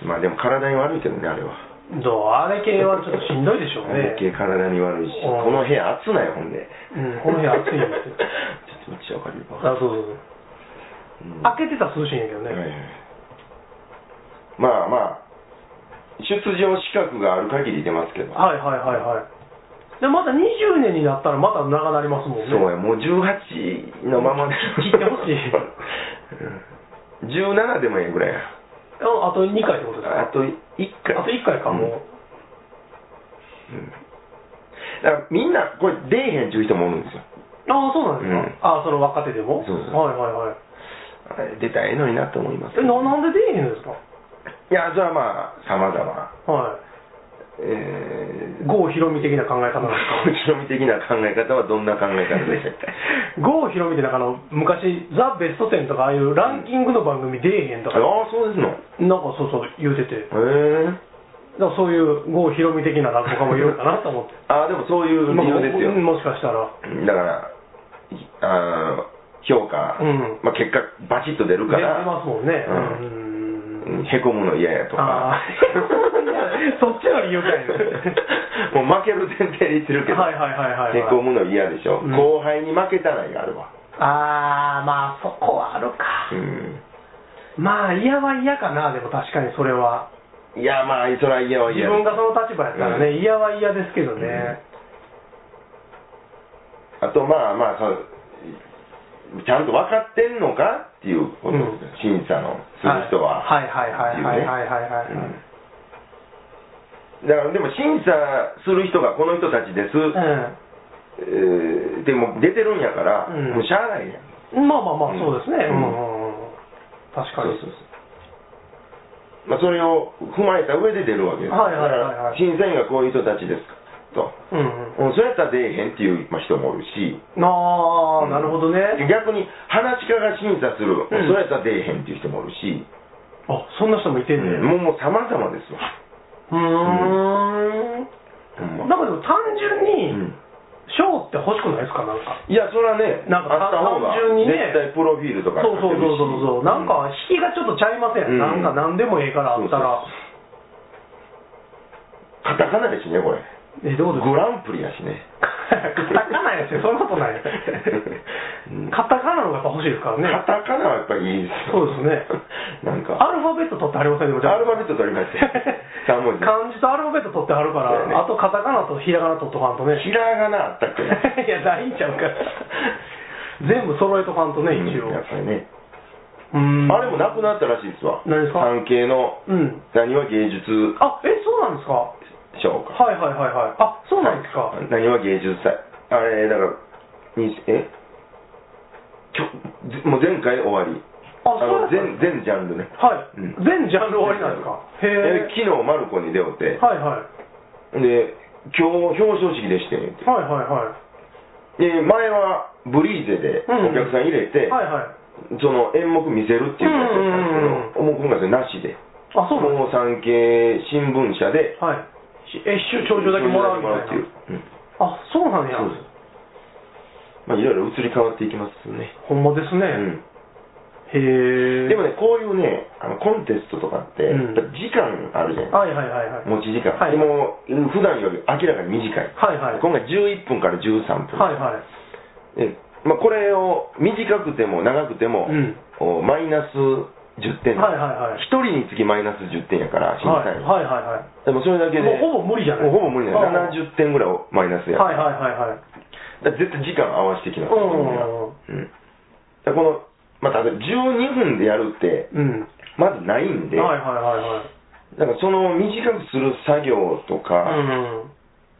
[SPEAKER 1] まあでも体に悪いけどね、あれは。
[SPEAKER 2] どうあれ系はちょっとしんどいでしょうね
[SPEAKER 1] 余計体に悪いし、
[SPEAKER 2] うん
[SPEAKER 1] この部屋暑ない、ほんで。
[SPEAKER 2] うんこの部屋暑いんで
[SPEAKER 1] (laughs)
[SPEAKER 2] すよ
[SPEAKER 1] ちょっと待って、わかるよ。
[SPEAKER 2] あそうそうそう
[SPEAKER 1] うん
[SPEAKER 2] 開けてたら涼しいんやけどね、
[SPEAKER 1] はいはいまあまあ、出場資格がある限り出ますけど、
[SPEAKER 2] はいはいはいはい。で、また20年になったらまた長なりますもんね。
[SPEAKER 1] そうや、もう18のままで
[SPEAKER 2] 聞いてほし (laughs) い
[SPEAKER 1] うん17でもええぐらいや。
[SPEAKER 2] ああと2回ってことですか
[SPEAKER 1] あと1回。
[SPEAKER 2] あと1回か、
[SPEAKER 1] ん
[SPEAKER 2] もう。
[SPEAKER 1] だからみんな、これ出えへんっていう人もおるんですよ。
[SPEAKER 2] ああ、そうなんですか。
[SPEAKER 1] うん
[SPEAKER 2] ああ、その若手でも
[SPEAKER 1] そうそう
[SPEAKER 2] はいはいはい。
[SPEAKER 1] あれ出たらええのになと思います。
[SPEAKER 2] え、ななんで出えへんですか
[SPEAKER 1] いや、それはまあ、さまざま。
[SPEAKER 2] は
[SPEAKER 1] え
[SPEAKER 2] い。
[SPEAKER 1] ー、 (laughs)
[SPEAKER 2] 郷ひろみ的な考え方なんですか
[SPEAKER 1] 郷ひろみ的な考え方はどんな考え方でしたっけ (laughs)
[SPEAKER 2] 郷ひろみってなんかあの昔、ザ・ベスト10とかああいうランキングの番組出えへんと
[SPEAKER 1] あ
[SPEAKER 2] か、
[SPEAKER 1] あ、そうですの。へ
[SPEAKER 2] なんかそうそう言うてて、だか
[SPEAKER 1] え
[SPEAKER 2] らそういう郷ひろみ的な落語家もいるんかなと思って。
[SPEAKER 1] ああ、でもそういう理由ですよ。
[SPEAKER 2] まあもしかしたら。
[SPEAKER 1] だから、いあの評価、
[SPEAKER 2] うん
[SPEAKER 1] まあ、結果、バチッと出るか
[SPEAKER 2] 出て
[SPEAKER 1] ら、
[SPEAKER 2] ますもんね。
[SPEAKER 1] うん
[SPEAKER 2] うん
[SPEAKER 1] へこむの嫌やとか
[SPEAKER 2] あ
[SPEAKER 1] (laughs)
[SPEAKER 2] ー、そっちの理由かい
[SPEAKER 1] もう負ける前提で言ってるけど、
[SPEAKER 2] はいはいはいはいはい
[SPEAKER 1] へこむの嫌でしょ、
[SPEAKER 2] うん
[SPEAKER 1] 後輩に負けたらがあるわ、
[SPEAKER 2] ああまあそこはあるか、
[SPEAKER 1] う
[SPEAKER 2] まあ嫌は嫌かなでも確かにそれは
[SPEAKER 1] ん、いや、まあ、それは嫌は
[SPEAKER 2] 自
[SPEAKER 1] 嫌
[SPEAKER 2] 分がその立場やったらね、
[SPEAKER 1] うん
[SPEAKER 2] 嫌は嫌ですけどね、
[SPEAKER 1] あと、まあまあその、ちゃんと分かってんのかっていうこと
[SPEAKER 2] う
[SPEAKER 1] で
[SPEAKER 2] ん
[SPEAKER 1] すよ、審査のする人は。
[SPEAKER 2] はいはいはいはいはいはいはいはい
[SPEAKER 1] ってうねうんだから、でも審査する人がこの人たちです、えーでも出てるんやから、
[SPEAKER 2] うん
[SPEAKER 1] もうしゃあないやん。
[SPEAKER 2] うんまあまあまあ
[SPEAKER 1] うん
[SPEAKER 2] そうですねう
[SPEAKER 1] うんん
[SPEAKER 2] うんうん確かに
[SPEAKER 1] そうそうそうまあ、それを踏まえた上で出るわけです。
[SPEAKER 2] はいはいはいはい
[SPEAKER 1] だから審査員がこういう人たちですと。
[SPEAKER 2] うんうん
[SPEAKER 1] うん、それやったら出えへんっていうまあ人もおるし、
[SPEAKER 2] ああなるほどね、
[SPEAKER 1] 逆に話し家が審査する、
[SPEAKER 2] ん
[SPEAKER 1] それやったら出えへんっていう人もおるし、
[SPEAKER 2] あそんな人もいてんね、う
[SPEAKER 1] もうもう様々ですわ。
[SPEAKER 2] ーん
[SPEAKER 1] ほんま
[SPEAKER 2] なんかでも単純
[SPEAKER 1] う
[SPEAKER 2] に
[SPEAKER 1] ん
[SPEAKER 2] 賞って欲しくないですかなんか
[SPEAKER 1] いや、それはね、
[SPEAKER 2] なんか
[SPEAKER 1] あった方が
[SPEAKER 2] 単純にね
[SPEAKER 1] 絶対プロフィールとか
[SPEAKER 2] そうそうそうそうそう、なんか
[SPEAKER 1] あ
[SPEAKER 2] 引きがちょっとちゃいません、
[SPEAKER 1] うん
[SPEAKER 2] なんか何でもええからあったら、
[SPEAKER 1] カタカナですね、これ。
[SPEAKER 2] えどうです
[SPEAKER 1] グ
[SPEAKER 2] か
[SPEAKER 1] ランプリやしね。
[SPEAKER 2] カタカナやしそんなこ
[SPEAKER 1] (laughs)
[SPEAKER 2] とない
[SPEAKER 1] うん
[SPEAKER 2] カタカナの方がやっぱ欲しいですからね
[SPEAKER 1] カタカナはやっぱりいいです
[SPEAKER 2] そ
[SPEAKER 1] よ
[SPEAKER 2] うですね
[SPEAKER 1] (laughs) なんか、
[SPEAKER 2] アルファベット取ってはりませんでも
[SPEAKER 1] アルファベット取りましたよ
[SPEAKER 2] (laughs)
[SPEAKER 1] 三文字
[SPEAKER 2] 漢字とアルファベット取ってはるから、
[SPEAKER 1] そうやね
[SPEAKER 2] あとカタカナとひらがな取っとかんとね
[SPEAKER 1] ひ
[SPEAKER 2] い
[SPEAKER 1] らがなあったっけ
[SPEAKER 2] やないんちゃうか全部揃えとかんとね (laughs) 一応
[SPEAKER 1] うんやっぱりね。
[SPEAKER 2] うん
[SPEAKER 1] あれもなくなったらしいですわ。
[SPEAKER 2] 何ですか
[SPEAKER 1] 産経の、
[SPEAKER 2] うん
[SPEAKER 1] 何は芸術
[SPEAKER 2] あえそうなんですかは
[SPEAKER 1] 賞か。
[SPEAKER 2] いはいはいはいあそうなんですか、
[SPEAKER 1] はい何は芸術祭。あれ、だから、にえきょぜもう前回終わり。
[SPEAKER 2] あそうだ
[SPEAKER 1] の
[SPEAKER 2] った
[SPEAKER 1] 全全ジャンルね。
[SPEAKER 2] はい、
[SPEAKER 1] うん
[SPEAKER 2] 全ジャンル終わりなんですか
[SPEAKER 1] え
[SPEAKER 2] へえ
[SPEAKER 1] 昨日マルコに出会うて、
[SPEAKER 2] はいはい
[SPEAKER 1] で今日表彰式でしてんって
[SPEAKER 2] はいはいは
[SPEAKER 1] で前はブリーゼで
[SPEAKER 2] うん
[SPEAKER 1] お客さん入れ
[SPEAKER 2] い。
[SPEAKER 1] て、
[SPEAKER 2] はいはい。
[SPEAKER 1] その演目見せるっていうやつやったんですけど、もう今回それなしで
[SPEAKER 2] あ、そうなん
[SPEAKER 1] もう産経新聞社で
[SPEAKER 2] はい。え、一周頂上だけもらうみた
[SPEAKER 1] って
[SPEAKER 2] い
[SPEAKER 1] い
[SPEAKER 2] な
[SPEAKER 1] う。、うん
[SPEAKER 2] あ、そうなんや
[SPEAKER 1] そ。うですまあいろいろ移り変わっていきますね、
[SPEAKER 2] ほんまです
[SPEAKER 1] う
[SPEAKER 2] ね。
[SPEAKER 1] ん
[SPEAKER 2] へえ。
[SPEAKER 1] でもね、こういうね、あのコンテストとかって、
[SPEAKER 2] うん
[SPEAKER 1] やっぱ時間あるじゃない
[SPEAKER 2] はいはいはいはい。
[SPEAKER 1] 持ち時間、
[SPEAKER 2] はい
[SPEAKER 1] でもう普段より明らかに短い、
[SPEAKER 2] はいはい。
[SPEAKER 1] 今回11分から13分、
[SPEAKER 2] はいはい。
[SPEAKER 1] えまあ、これを短くても長くても、
[SPEAKER 2] うん
[SPEAKER 1] おマイナス10点、
[SPEAKER 2] はいはいは
[SPEAKER 1] 1
[SPEAKER 2] い。
[SPEAKER 1] 人につきマイナス10点やから、審
[SPEAKER 2] はい
[SPEAKER 1] 査員、
[SPEAKER 2] はいはいはい。
[SPEAKER 1] でもそれだけで、
[SPEAKER 2] もうほぼ無理じゃない
[SPEAKER 1] もうほぼ無理じゃない
[SPEAKER 2] ああ
[SPEAKER 1] 70点ぐらいをマイナスや
[SPEAKER 2] はい
[SPEAKER 1] から、
[SPEAKER 2] はいはいはい。
[SPEAKER 1] だから絶対時間合わせてきます、
[SPEAKER 2] うん
[SPEAKER 1] みんなうん、だからこの、まあ、例えば12分でやるって、
[SPEAKER 2] うん。
[SPEAKER 1] まずないんで、
[SPEAKER 2] はいはいはいはい。
[SPEAKER 1] だからその短くする作業とか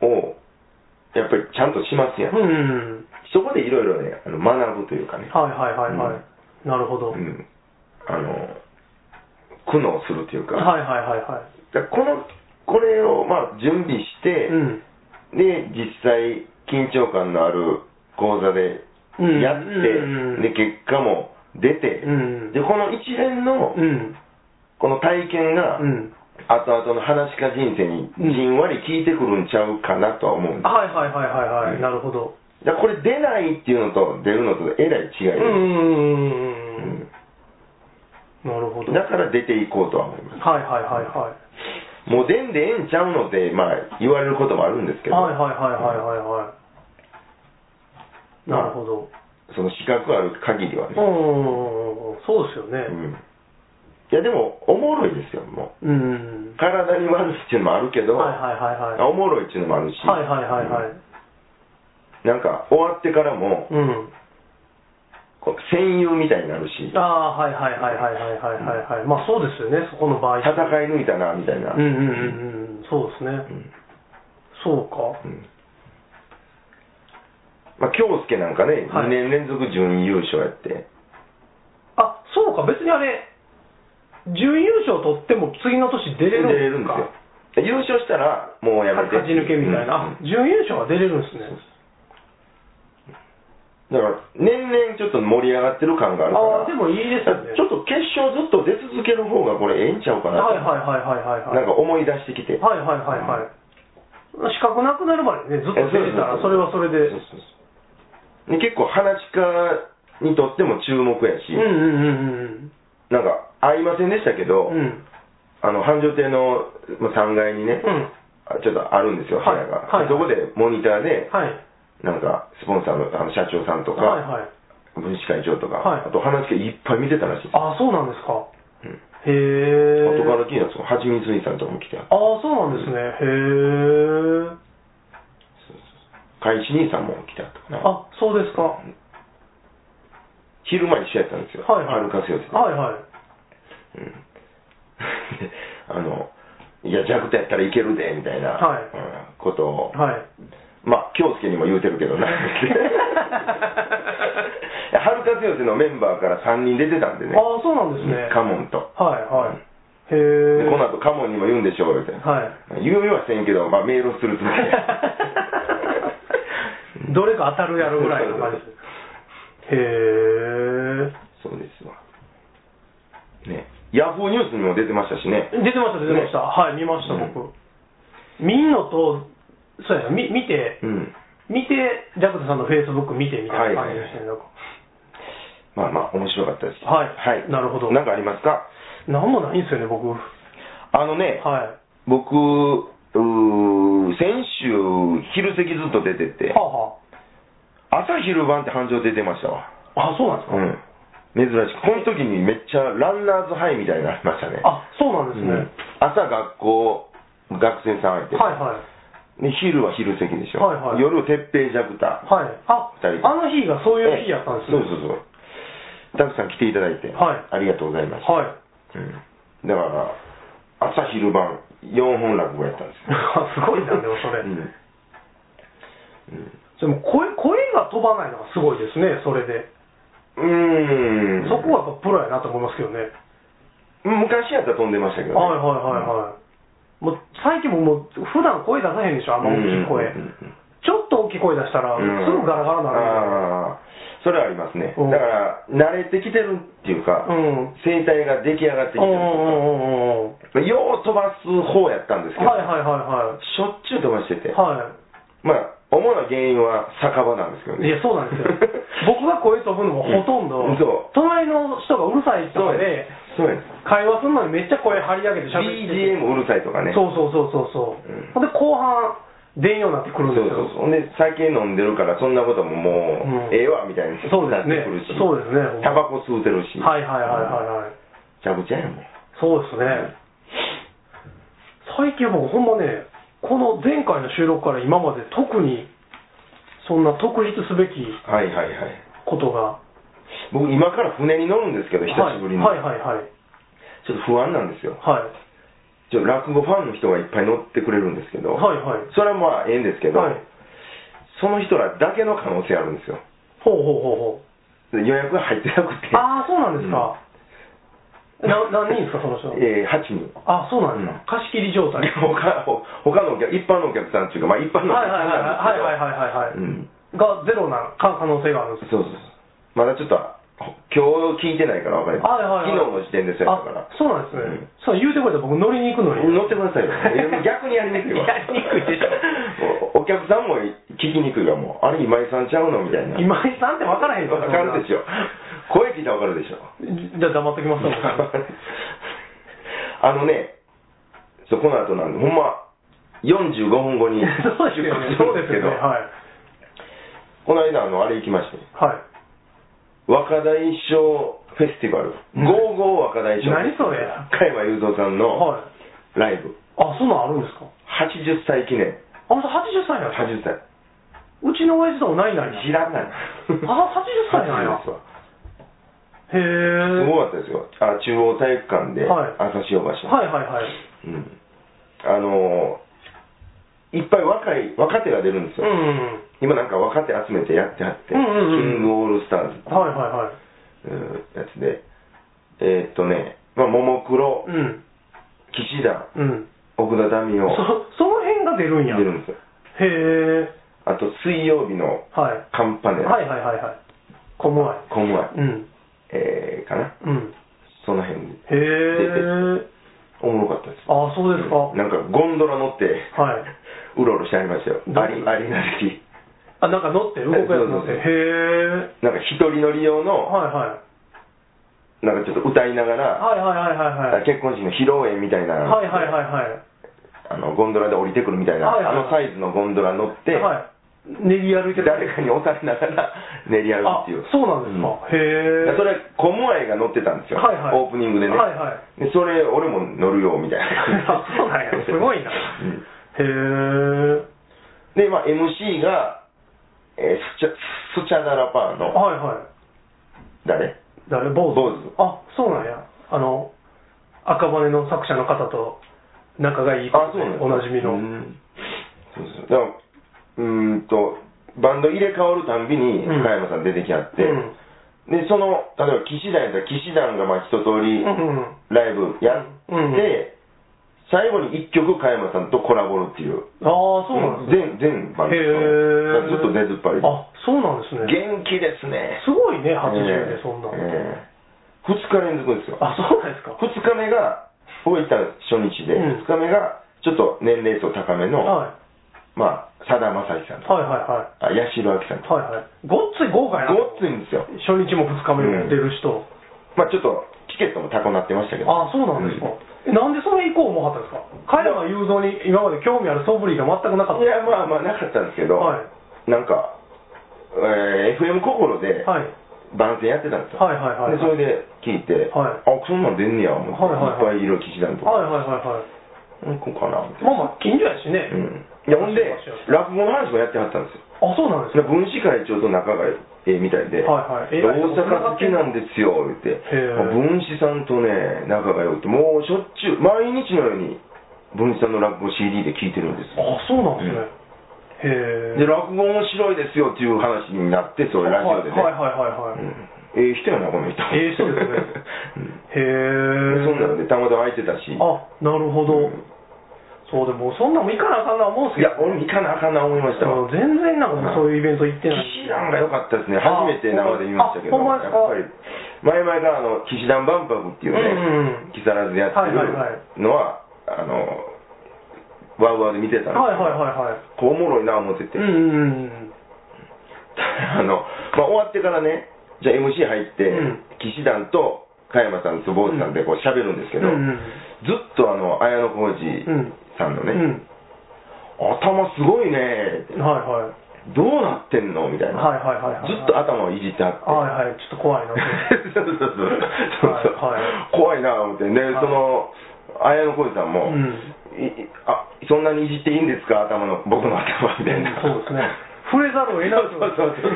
[SPEAKER 2] うん。
[SPEAKER 1] を、やっぱりちゃんとしますやん。
[SPEAKER 2] うん。
[SPEAKER 1] そこでいろいろね、あの学ぶというかね、
[SPEAKER 2] はいはいはいは
[SPEAKER 1] うん
[SPEAKER 2] い。なるほど。
[SPEAKER 1] う
[SPEAKER 2] はい
[SPEAKER 1] ん、あの、苦悩するというか、
[SPEAKER 2] はいはいは
[SPEAKER 1] だからこの、これをまあ準備して
[SPEAKER 2] い。、うん。
[SPEAKER 1] で、実際、緊張感のある講座で
[SPEAKER 2] うん
[SPEAKER 1] やって、
[SPEAKER 2] うん
[SPEAKER 1] で、結果も出て、
[SPEAKER 2] うん
[SPEAKER 1] で、この一連の
[SPEAKER 2] う、ん。
[SPEAKER 1] この体験が、
[SPEAKER 2] うん。
[SPEAKER 1] 後々の話か人生に
[SPEAKER 2] うん
[SPEAKER 1] じんわり効いてくるんちゃうかなとは思うんです
[SPEAKER 2] はいはいはいはいは
[SPEAKER 1] う
[SPEAKER 2] い。
[SPEAKER 1] ん
[SPEAKER 2] なるほど。
[SPEAKER 1] だからこれ出ないっていうのと出るのとえらい違いで
[SPEAKER 2] う
[SPEAKER 1] す
[SPEAKER 2] んうん
[SPEAKER 1] うん
[SPEAKER 2] うんうんなるほど。
[SPEAKER 1] だから出ていこうとは思います
[SPEAKER 2] はいはいはいはい。
[SPEAKER 1] もう出んでええんちゃうので、まあ、言われることもあるんですけど、
[SPEAKER 2] はいはいはいはいはいはい。
[SPEAKER 1] まあ
[SPEAKER 2] なるほど。
[SPEAKER 1] その資格ある限りは
[SPEAKER 2] う
[SPEAKER 1] ね、
[SPEAKER 2] んうんうんうん。そうですよ
[SPEAKER 1] う
[SPEAKER 2] ね。
[SPEAKER 1] んいやでもおもろいですよも
[SPEAKER 2] うん
[SPEAKER 1] う。体に悪いっていうのもあるけど、
[SPEAKER 2] はいはいはいはい。
[SPEAKER 1] おもろいっていうのもあるし、
[SPEAKER 2] はいはいはいはい。
[SPEAKER 1] なんか終わってからも
[SPEAKER 2] うん。
[SPEAKER 1] こう戦友みたいになるし
[SPEAKER 2] ああ、はいはいはいはいはいはいはい、はい。まあそうですよね、そこの場合。
[SPEAKER 1] 戦い抜いたなみたいな、
[SPEAKER 2] うんうんうんうん。そうです
[SPEAKER 1] う
[SPEAKER 2] ね。
[SPEAKER 1] ん
[SPEAKER 2] そうか。
[SPEAKER 1] うんまあ、京介なんかね、
[SPEAKER 2] はい
[SPEAKER 1] 2年連続準優勝やって、
[SPEAKER 2] あ、そうか、別にあれ、準優勝取っても次の年
[SPEAKER 1] 出
[SPEAKER 2] 出れる
[SPEAKER 1] れるん
[SPEAKER 2] んか。
[SPEAKER 1] ですよ。優勝したら、もうやめて。
[SPEAKER 2] 勝ち抜けみたいな。
[SPEAKER 1] う
[SPEAKER 2] あ
[SPEAKER 1] ん、
[SPEAKER 2] 準優勝は出れるんですね。
[SPEAKER 1] だから、年々ちょっと盛り上がってる感があるから
[SPEAKER 2] ああ、、でもいいですよね。
[SPEAKER 1] ちょっと決勝ずっと出続ける方がこれええんちゃうかな
[SPEAKER 2] はい
[SPEAKER 1] と、
[SPEAKER 2] はいはいはいはいはい。
[SPEAKER 1] なんか思い出してきて。
[SPEAKER 2] はいはいはいはい。資格なくなるまでね、ずっと
[SPEAKER 1] えそうそう
[SPEAKER 2] 出てたら、それはそれで
[SPEAKER 1] そう。そうそうで結構、話し家にとっても注目やし、
[SPEAKER 2] うんうんうん
[SPEAKER 1] なんか、合いませんでしたけど、
[SPEAKER 2] うん。うん。
[SPEAKER 1] あの繁盛亭のまあ3階にね、
[SPEAKER 2] うん。
[SPEAKER 1] あちょっとあるんですよ、部
[SPEAKER 2] はい
[SPEAKER 1] 屋が。
[SPEAKER 2] はい
[SPEAKER 1] そこでモニターで、
[SPEAKER 2] はい。
[SPEAKER 1] なんか、スポンサーのあの社長さんと
[SPEAKER 2] はい
[SPEAKER 1] か、
[SPEAKER 2] はい。
[SPEAKER 1] 分子会長とか、
[SPEAKER 2] はい
[SPEAKER 1] あと話がいっぱい見てたらしいです。
[SPEAKER 2] ああ、そうなんですか。
[SPEAKER 1] うん
[SPEAKER 2] へえ。
[SPEAKER 1] 後から聞いたらその、はちみつ兄さんとかも来て、
[SPEAKER 2] ああ、そうなんですね。へえ。
[SPEAKER 1] 海一兄さんも来たとかな。
[SPEAKER 2] あ、そうですか。は
[SPEAKER 1] 昼間一緒やったんですよ。
[SPEAKER 2] いはい。
[SPEAKER 1] 歩かせようって。
[SPEAKER 2] はいはい。
[SPEAKER 1] うん、 (laughs) あの、いや、弱点やったらいけるで、みたいな、
[SPEAKER 2] は
[SPEAKER 1] う
[SPEAKER 2] い
[SPEAKER 1] んことを、
[SPEAKER 2] はい。
[SPEAKER 1] まあ、京介にも言うてるけど
[SPEAKER 2] (laughs)
[SPEAKER 1] な。春風寄せのメンバーから3人出てたんでね
[SPEAKER 2] あ。あ、そうなんですね。
[SPEAKER 1] カモンと。
[SPEAKER 2] はいはい。へ
[SPEAKER 1] で
[SPEAKER 2] え。
[SPEAKER 1] この後カモンにも言うんでしょうよみたいな、
[SPEAKER 2] はい。
[SPEAKER 1] 言うよはせんけど、まあ、メールするつ
[SPEAKER 2] (laughs)
[SPEAKER 1] もりで
[SPEAKER 2] どれか当たるやろぐらいの感じです。へ
[SPEAKER 1] そうですわねヤフーニュースにも出てましたしね
[SPEAKER 2] え。出てました、出てました。
[SPEAKER 1] ね
[SPEAKER 2] はい、見ました、
[SPEAKER 1] う
[SPEAKER 2] 僕。見んのと、そうやな、み見て、
[SPEAKER 1] うん
[SPEAKER 2] 見て、ジャクタさんのフェイスブック見てみたいな感じでしたね、なんか。
[SPEAKER 1] まあまあ面白かったですけど
[SPEAKER 2] はいなるほど
[SPEAKER 1] なんかありますか
[SPEAKER 2] なんもないんですよね、僕。は
[SPEAKER 1] あのね、
[SPEAKER 2] い。
[SPEAKER 1] 僕うー先週昼席ずっと出てて
[SPEAKER 2] はあは
[SPEAKER 1] 朝昼晩って繁盛出てましたわ
[SPEAKER 2] あ。あ、そうなんですか。
[SPEAKER 1] うん珍しくこの時にめっちゃランナーズハイみたいになりましたね
[SPEAKER 2] あ、そうなんで
[SPEAKER 1] う
[SPEAKER 2] す
[SPEAKER 1] ん
[SPEAKER 2] ね。
[SPEAKER 1] 朝学校学生さん相手、
[SPEAKER 2] はいはい。
[SPEAKER 1] で昼は昼席でしょ、
[SPEAKER 2] はいはい
[SPEAKER 1] 夜鉄平ジャクタ
[SPEAKER 2] はい。あ、
[SPEAKER 1] 二人
[SPEAKER 2] あの日がそういう日やったんですね。
[SPEAKER 1] そうそうそうたくさん来ていただいて、
[SPEAKER 2] はい
[SPEAKER 1] ありがとうございました、
[SPEAKER 2] はい。 (laughs)
[SPEAKER 1] うん、だから朝昼晩4本落語やったんですよ
[SPEAKER 2] すごいな、でもそれ。
[SPEAKER 1] うん
[SPEAKER 2] でも声声が飛ばないのがすごいですね、それで。
[SPEAKER 1] うん
[SPEAKER 2] そこはやっぱプロやなと思いますけどね。
[SPEAKER 1] 昔やったら飛んでましたけど、ね
[SPEAKER 2] はいはいはいはい。もう最近ももう普段声出さへんでしょあんま大きい声、
[SPEAKER 1] うんうんうんうん
[SPEAKER 2] ちょっと大きい声出したら、
[SPEAKER 1] うん
[SPEAKER 2] すぐガラガラになる
[SPEAKER 1] ああそれはありますね
[SPEAKER 2] う
[SPEAKER 1] だ
[SPEAKER 2] ん
[SPEAKER 1] から慣れてきてるっていうか、
[SPEAKER 2] うん
[SPEAKER 1] 声帯が出来上がってきて
[SPEAKER 2] う
[SPEAKER 1] る
[SPEAKER 2] んうんうんうんうん
[SPEAKER 1] まあよう飛ばす方やったんですけど、
[SPEAKER 2] はいはいは
[SPEAKER 1] しょっちゅう飛ばしてて、
[SPEAKER 2] いはいは
[SPEAKER 1] まあ主な原因は酒場なんですけど
[SPEAKER 2] いい
[SPEAKER 1] ね
[SPEAKER 2] やそうなんですよ僕が声飛ぶのもほとんど、
[SPEAKER 1] うんそう
[SPEAKER 2] 隣の人がうるさいと
[SPEAKER 1] そう
[SPEAKER 2] か
[SPEAKER 1] で
[SPEAKER 2] で
[SPEAKER 1] (laughs)
[SPEAKER 2] す
[SPEAKER 1] そうです
[SPEAKER 2] 会話するのにめっちゃ声張り上げて喋ってて
[SPEAKER 1] BGM うるさいとかね
[SPEAKER 2] そうそうそうそうそう、
[SPEAKER 1] うん
[SPEAKER 2] ほんで後半出んようになってく
[SPEAKER 1] そ
[SPEAKER 2] る
[SPEAKER 1] うんそう
[SPEAKER 2] ですよ
[SPEAKER 1] そうほんで酒飲んでるからそんなことももう、
[SPEAKER 2] うん
[SPEAKER 1] ええわみたいになって
[SPEAKER 2] そうですね
[SPEAKER 1] くるし
[SPEAKER 2] そうですね
[SPEAKER 1] タバコ吸うてるし
[SPEAKER 2] はいはいはいはいはい
[SPEAKER 1] ちゃぶちゃやもん
[SPEAKER 2] そうですね最近はもうほんまねこの前回の収録から今まで特にそんな特筆すべき
[SPEAKER 1] はいはいはい
[SPEAKER 2] ことが
[SPEAKER 1] 僕今から船に乗るんですけど久しぶりに、
[SPEAKER 2] はいはいはいはい
[SPEAKER 1] ちょっと不安なんですよ
[SPEAKER 2] はい
[SPEAKER 1] ちょっと落語ファンの人がいっぱい乗ってくれるんですけど、
[SPEAKER 2] はいはい
[SPEAKER 1] それはまあええんですけど、
[SPEAKER 2] はい
[SPEAKER 1] その人らだけの可能性あるんですよ
[SPEAKER 2] ほうほうほうほう
[SPEAKER 1] で予約が入ってなくて
[SPEAKER 2] ああそうなんですか、な何人ですかその人
[SPEAKER 1] えー、8人
[SPEAKER 2] あそうなんですか、貸し切り状態
[SPEAKER 1] で (laughs) 他ほ他のお客一般のお客さんっていうか、まあ、一般のお
[SPEAKER 2] はい
[SPEAKER 1] 客
[SPEAKER 2] はい
[SPEAKER 1] さん
[SPEAKER 2] は
[SPEAKER 1] なんで
[SPEAKER 2] いはい
[SPEAKER 1] す
[SPEAKER 2] はいはいはいはい、
[SPEAKER 1] けどうん
[SPEAKER 2] がゼロな可可能性があるんです
[SPEAKER 1] そうそうそうまだちょっとほ今日聞いてないから分かりま
[SPEAKER 2] はいはいはい
[SPEAKER 1] 昨日の時点ですよだから
[SPEAKER 2] あそうなんですね、そう言うてくれたら僕乗りに行くのに
[SPEAKER 1] 乗ってくださ
[SPEAKER 2] (laughs)
[SPEAKER 1] いよいや逆にやりにくいわ
[SPEAKER 2] やりにくいでしょ
[SPEAKER 1] おお客さんも聞きにくいわもうあれ今井さんちゃうのみたいな
[SPEAKER 2] 今井さんって分からへん
[SPEAKER 1] わかるでしょ声聞いたらわかるでし
[SPEAKER 2] (laughs)
[SPEAKER 1] ょ
[SPEAKER 2] じゃあ黙っと
[SPEAKER 1] (laughs)
[SPEAKER 2] きますわ僕
[SPEAKER 1] あのねそうこの後なんでほんま45分後に
[SPEAKER 2] そうですよねそうですよねはい
[SPEAKER 1] この間あのあれ行きましたよ
[SPEAKER 2] はい
[SPEAKER 1] 若大将フェスティバル
[SPEAKER 2] ん
[SPEAKER 1] 55若大将
[SPEAKER 2] 何それ
[SPEAKER 1] 加山雄三さんの
[SPEAKER 2] はい
[SPEAKER 1] ライブ
[SPEAKER 2] あそんなんあるんですか
[SPEAKER 1] 80歳記念
[SPEAKER 2] あの人80歳なんですか
[SPEAKER 1] 80歳
[SPEAKER 2] うちの親父ともないない
[SPEAKER 1] 知らない
[SPEAKER 2] あ80歳なん
[SPEAKER 1] 80
[SPEAKER 2] や
[SPEAKER 1] ですわ
[SPEAKER 2] へえ
[SPEAKER 1] すごかったですよあ中央体育館で
[SPEAKER 2] はい
[SPEAKER 1] 朝潮橋の
[SPEAKER 2] はいはいはい
[SPEAKER 1] うんあのーいっぱい若い若手が出るんです
[SPEAKER 2] うん
[SPEAKER 1] よ、
[SPEAKER 2] うん
[SPEAKER 1] 今なんか若手集めてやってはって、
[SPEAKER 2] うんうんうん
[SPEAKER 1] キングオールスターズって
[SPEAKER 2] うんはいはいはい
[SPEAKER 1] いうやつでえーっとね、まあ、ももクロ
[SPEAKER 2] うん
[SPEAKER 1] 岸田
[SPEAKER 2] うん
[SPEAKER 1] 奥田民
[SPEAKER 2] そ
[SPEAKER 1] 生
[SPEAKER 2] その辺が出るん
[SPEAKER 1] 出
[SPEAKER 2] や
[SPEAKER 1] るんですよ
[SPEAKER 2] へえ
[SPEAKER 1] あと水曜日の
[SPEAKER 2] はい
[SPEAKER 1] カンパネラ、
[SPEAKER 2] はいはいはいはいこむわい
[SPEAKER 1] コムアイ
[SPEAKER 2] うん
[SPEAKER 1] えー、かな
[SPEAKER 2] うん
[SPEAKER 1] その辺で
[SPEAKER 2] へえ
[SPEAKER 1] (laughs) おもろかったです
[SPEAKER 2] ああそうですか、
[SPEAKER 1] なんかゴンドラ乗って
[SPEAKER 2] はいう
[SPEAKER 1] ろうろしてありましたよ
[SPEAKER 2] どう
[SPEAKER 1] アリアリーナ付き
[SPEAKER 2] あなんか乗って動くやつ乗って
[SPEAKER 1] そうそうそう
[SPEAKER 2] へえ
[SPEAKER 1] なんか一人乗り用の、
[SPEAKER 2] はいはい
[SPEAKER 1] なんかちょっと歌いながら、
[SPEAKER 2] はいはいはいはいはい
[SPEAKER 1] 結婚式の披露宴みたいな、
[SPEAKER 2] はいはいはいはい
[SPEAKER 1] あのゴンドラで降りてくるみたいな、
[SPEAKER 2] はいはいはい
[SPEAKER 1] あのサイズのゴンドラ乗って、
[SPEAKER 2] はい練り歩いてる
[SPEAKER 1] 誰かに押されながら (laughs) 練り歩くっていう
[SPEAKER 2] あそうなんですか、へ
[SPEAKER 1] うん
[SPEAKER 2] え
[SPEAKER 1] それコムアイが乗ってたんですよ、
[SPEAKER 2] はいはい
[SPEAKER 1] オープニングでね、
[SPEAKER 2] はい
[SPEAKER 1] (laughs)
[SPEAKER 2] はい
[SPEAKER 1] でそれ俺も乗るよみたいな
[SPEAKER 2] (laughs) あそうなんやすごいな、
[SPEAKER 1] うん
[SPEAKER 2] へえ
[SPEAKER 1] で、まあ、MC が、えースチャスチャダラパーの
[SPEAKER 2] はいはい
[SPEAKER 1] 誰
[SPEAKER 2] 誰坊主
[SPEAKER 1] 坊主
[SPEAKER 2] あそうなんやあの赤羽の作者の方と仲がいい
[SPEAKER 1] あそうなんですか
[SPEAKER 2] おなじみの、
[SPEAKER 1] うんそうそうだからうーんとバンド入れ替わるたんびに
[SPEAKER 2] うん
[SPEAKER 1] 加山さん出てきはって、
[SPEAKER 2] うん
[SPEAKER 1] でその例えば騎士団やったら騎士団がまあ一通り
[SPEAKER 2] うんうん
[SPEAKER 1] ライブやって、
[SPEAKER 2] うんうん
[SPEAKER 1] 最後に一曲加山さんとコラボるっていう
[SPEAKER 2] ああそうなんですね
[SPEAKER 1] 全全バンド
[SPEAKER 2] へえ
[SPEAKER 1] ずっと出ずっぱり
[SPEAKER 2] あそうなんですね
[SPEAKER 1] 元気ですね
[SPEAKER 2] すごいね80でそんな、
[SPEAKER 1] ええ2日連続ですよ
[SPEAKER 2] あそうなんですか
[SPEAKER 1] 2日目が僕行ったの初日で、
[SPEAKER 2] うん
[SPEAKER 1] 2日目がちょっと年齢層高めの、
[SPEAKER 2] はい
[SPEAKER 1] まあ、さだまさしさんとか、
[SPEAKER 2] はいはいはい
[SPEAKER 1] あ八代亜紀さんとか、
[SPEAKER 2] はいはい。ごっつい豪華やな。
[SPEAKER 1] ごっついんですよ、
[SPEAKER 2] 初日も二日目もやってる人。
[SPEAKER 1] まあ、ちょっとチケットも高くなってましたけど、
[SPEAKER 2] ああ、そうなんですか。えなんでそれ以降思わはったんですか彼らが雄三に今まで興味ある素振りが全くなか
[SPEAKER 1] い
[SPEAKER 2] っ
[SPEAKER 1] や、まあまあ、なかったんですけど、
[SPEAKER 2] はい
[SPEAKER 1] なんか、えー FM 心で
[SPEAKER 2] た。はい。
[SPEAKER 1] 番宣やってたんですよ、
[SPEAKER 2] はいはいはいは
[SPEAKER 1] で
[SPEAKER 2] い
[SPEAKER 1] それで聞いて、
[SPEAKER 2] はい
[SPEAKER 1] あそんなん出んねや、思って、
[SPEAKER 2] は
[SPEAKER 1] っぱ
[SPEAKER 2] いはいはい
[SPEAKER 1] いいろいろ聞きたいと
[SPEAKER 2] は
[SPEAKER 1] か、
[SPEAKER 2] いはいはい
[SPEAKER 1] う
[SPEAKER 2] はい。
[SPEAKER 1] ん行こうかなみたい
[SPEAKER 2] ま
[SPEAKER 1] な。
[SPEAKER 2] あまあ、近所やしね。
[SPEAKER 1] うんいやほんで、落語の話もやってはったんですよ。
[SPEAKER 2] あ、そうなんです
[SPEAKER 1] で
[SPEAKER 2] か。
[SPEAKER 1] 分子会長と仲がええみたいで、
[SPEAKER 2] はいはいえ
[SPEAKER 1] で大阪好きなんですよ、言って、
[SPEAKER 2] へえ
[SPEAKER 1] 分子さんとね、仲が良くて、もうしょっちゅう、毎日のように分子さんの落語 CD で聴いてるんですよ。
[SPEAKER 2] あ、そうなんですね。へえ。
[SPEAKER 1] で、落語面白いですよっていう話になって、それラジオでね。
[SPEAKER 2] はいはいはいは
[SPEAKER 1] う
[SPEAKER 2] い。
[SPEAKER 1] んええ人やな、この人。
[SPEAKER 2] ええ人ですね
[SPEAKER 1] (laughs) うん
[SPEAKER 2] へえ。
[SPEAKER 1] そんなんで、たまたま空いてたし、
[SPEAKER 2] あ、なるほど。
[SPEAKER 1] うん
[SPEAKER 2] そう、でもそんなんも行かなあかんな思うんす
[SPEAKER 1] い
[SPEAKER 2] けど
[SPEAKER 1] や、、俺も行かなあかんな思いましたわ。
[SPEAKER 2] 全然なんかもうそういうイベント行ってない。
[SPEAKER 1] 騎士団が良かったですね。初めて生で見ましたけど、
[SPEAKER 2] あほんまですか
[SPEAKER 1] やっぱり、前々からあの、騎士団万博っていう
[SPEAKER 2] うんうん
[SPEAKER 1] ね、木更津でやって
[SPEAKER 2] はいはいはい
[SPEAKER 1] るのは、あの、ワウワウで見てたんですけど
[SPEAKER 2] はいはいはいはい。
[SPEAKER 1] こうおもろいな思ってて、
[SPEAKER 2] うんうんうん。
[SPEAKER 1] (laughs) あの、まあ、終わってからね、じゃあ MC 入って、
[SPEAKER 2] うん
[SPEAKER 1] 騎士団と加山さん、坪内さんでこう喋るんですけど、
[SPEAKER 2] うんうん
[SPEAKER 1] ずっとあの、綾野浩
[SPEAKER 2] うん
[SPEAKER 1] 二さんの
[SPEAKER 2] う
[SPEAKER 1] ね、
[SPEAKER 2] ん。
[SPEAKER 1] 頭すごいねって、
[SPEAKER 2] はいはい。
[SPEAKER 1] どうなってんのみたいな、
[SPEAKER 2] はいはいはいはい
[SPEAKER 1] ずっと頭をいじってあって。
[SPEAKER 2] はいはい、ちょっと怖
[SPEAKER 1] (laughs)
[SPEAKER 2] いな。
[SPEAKER 1] そうそうそうそうそう
[SPEAKER 2] はいは
[SPEAKER 1] 怖いな思ってね、
[SPEAKER 2] はい
[SPEAKER 1] その綾野浩二さんも、
[SPEAKER 2] うん
[SPEAKER 1] いいあそんなにいじっていいんですか頭の僕の頭みたいな、
[SPEAKER 2] そうですね。触れざるを得な
[SPEAKER 1] そう
[SPEAKER 2] い。
[SPEAKER 1] そう
[SPEAKER 2] (laughs)
[SPEAKER 1] そう。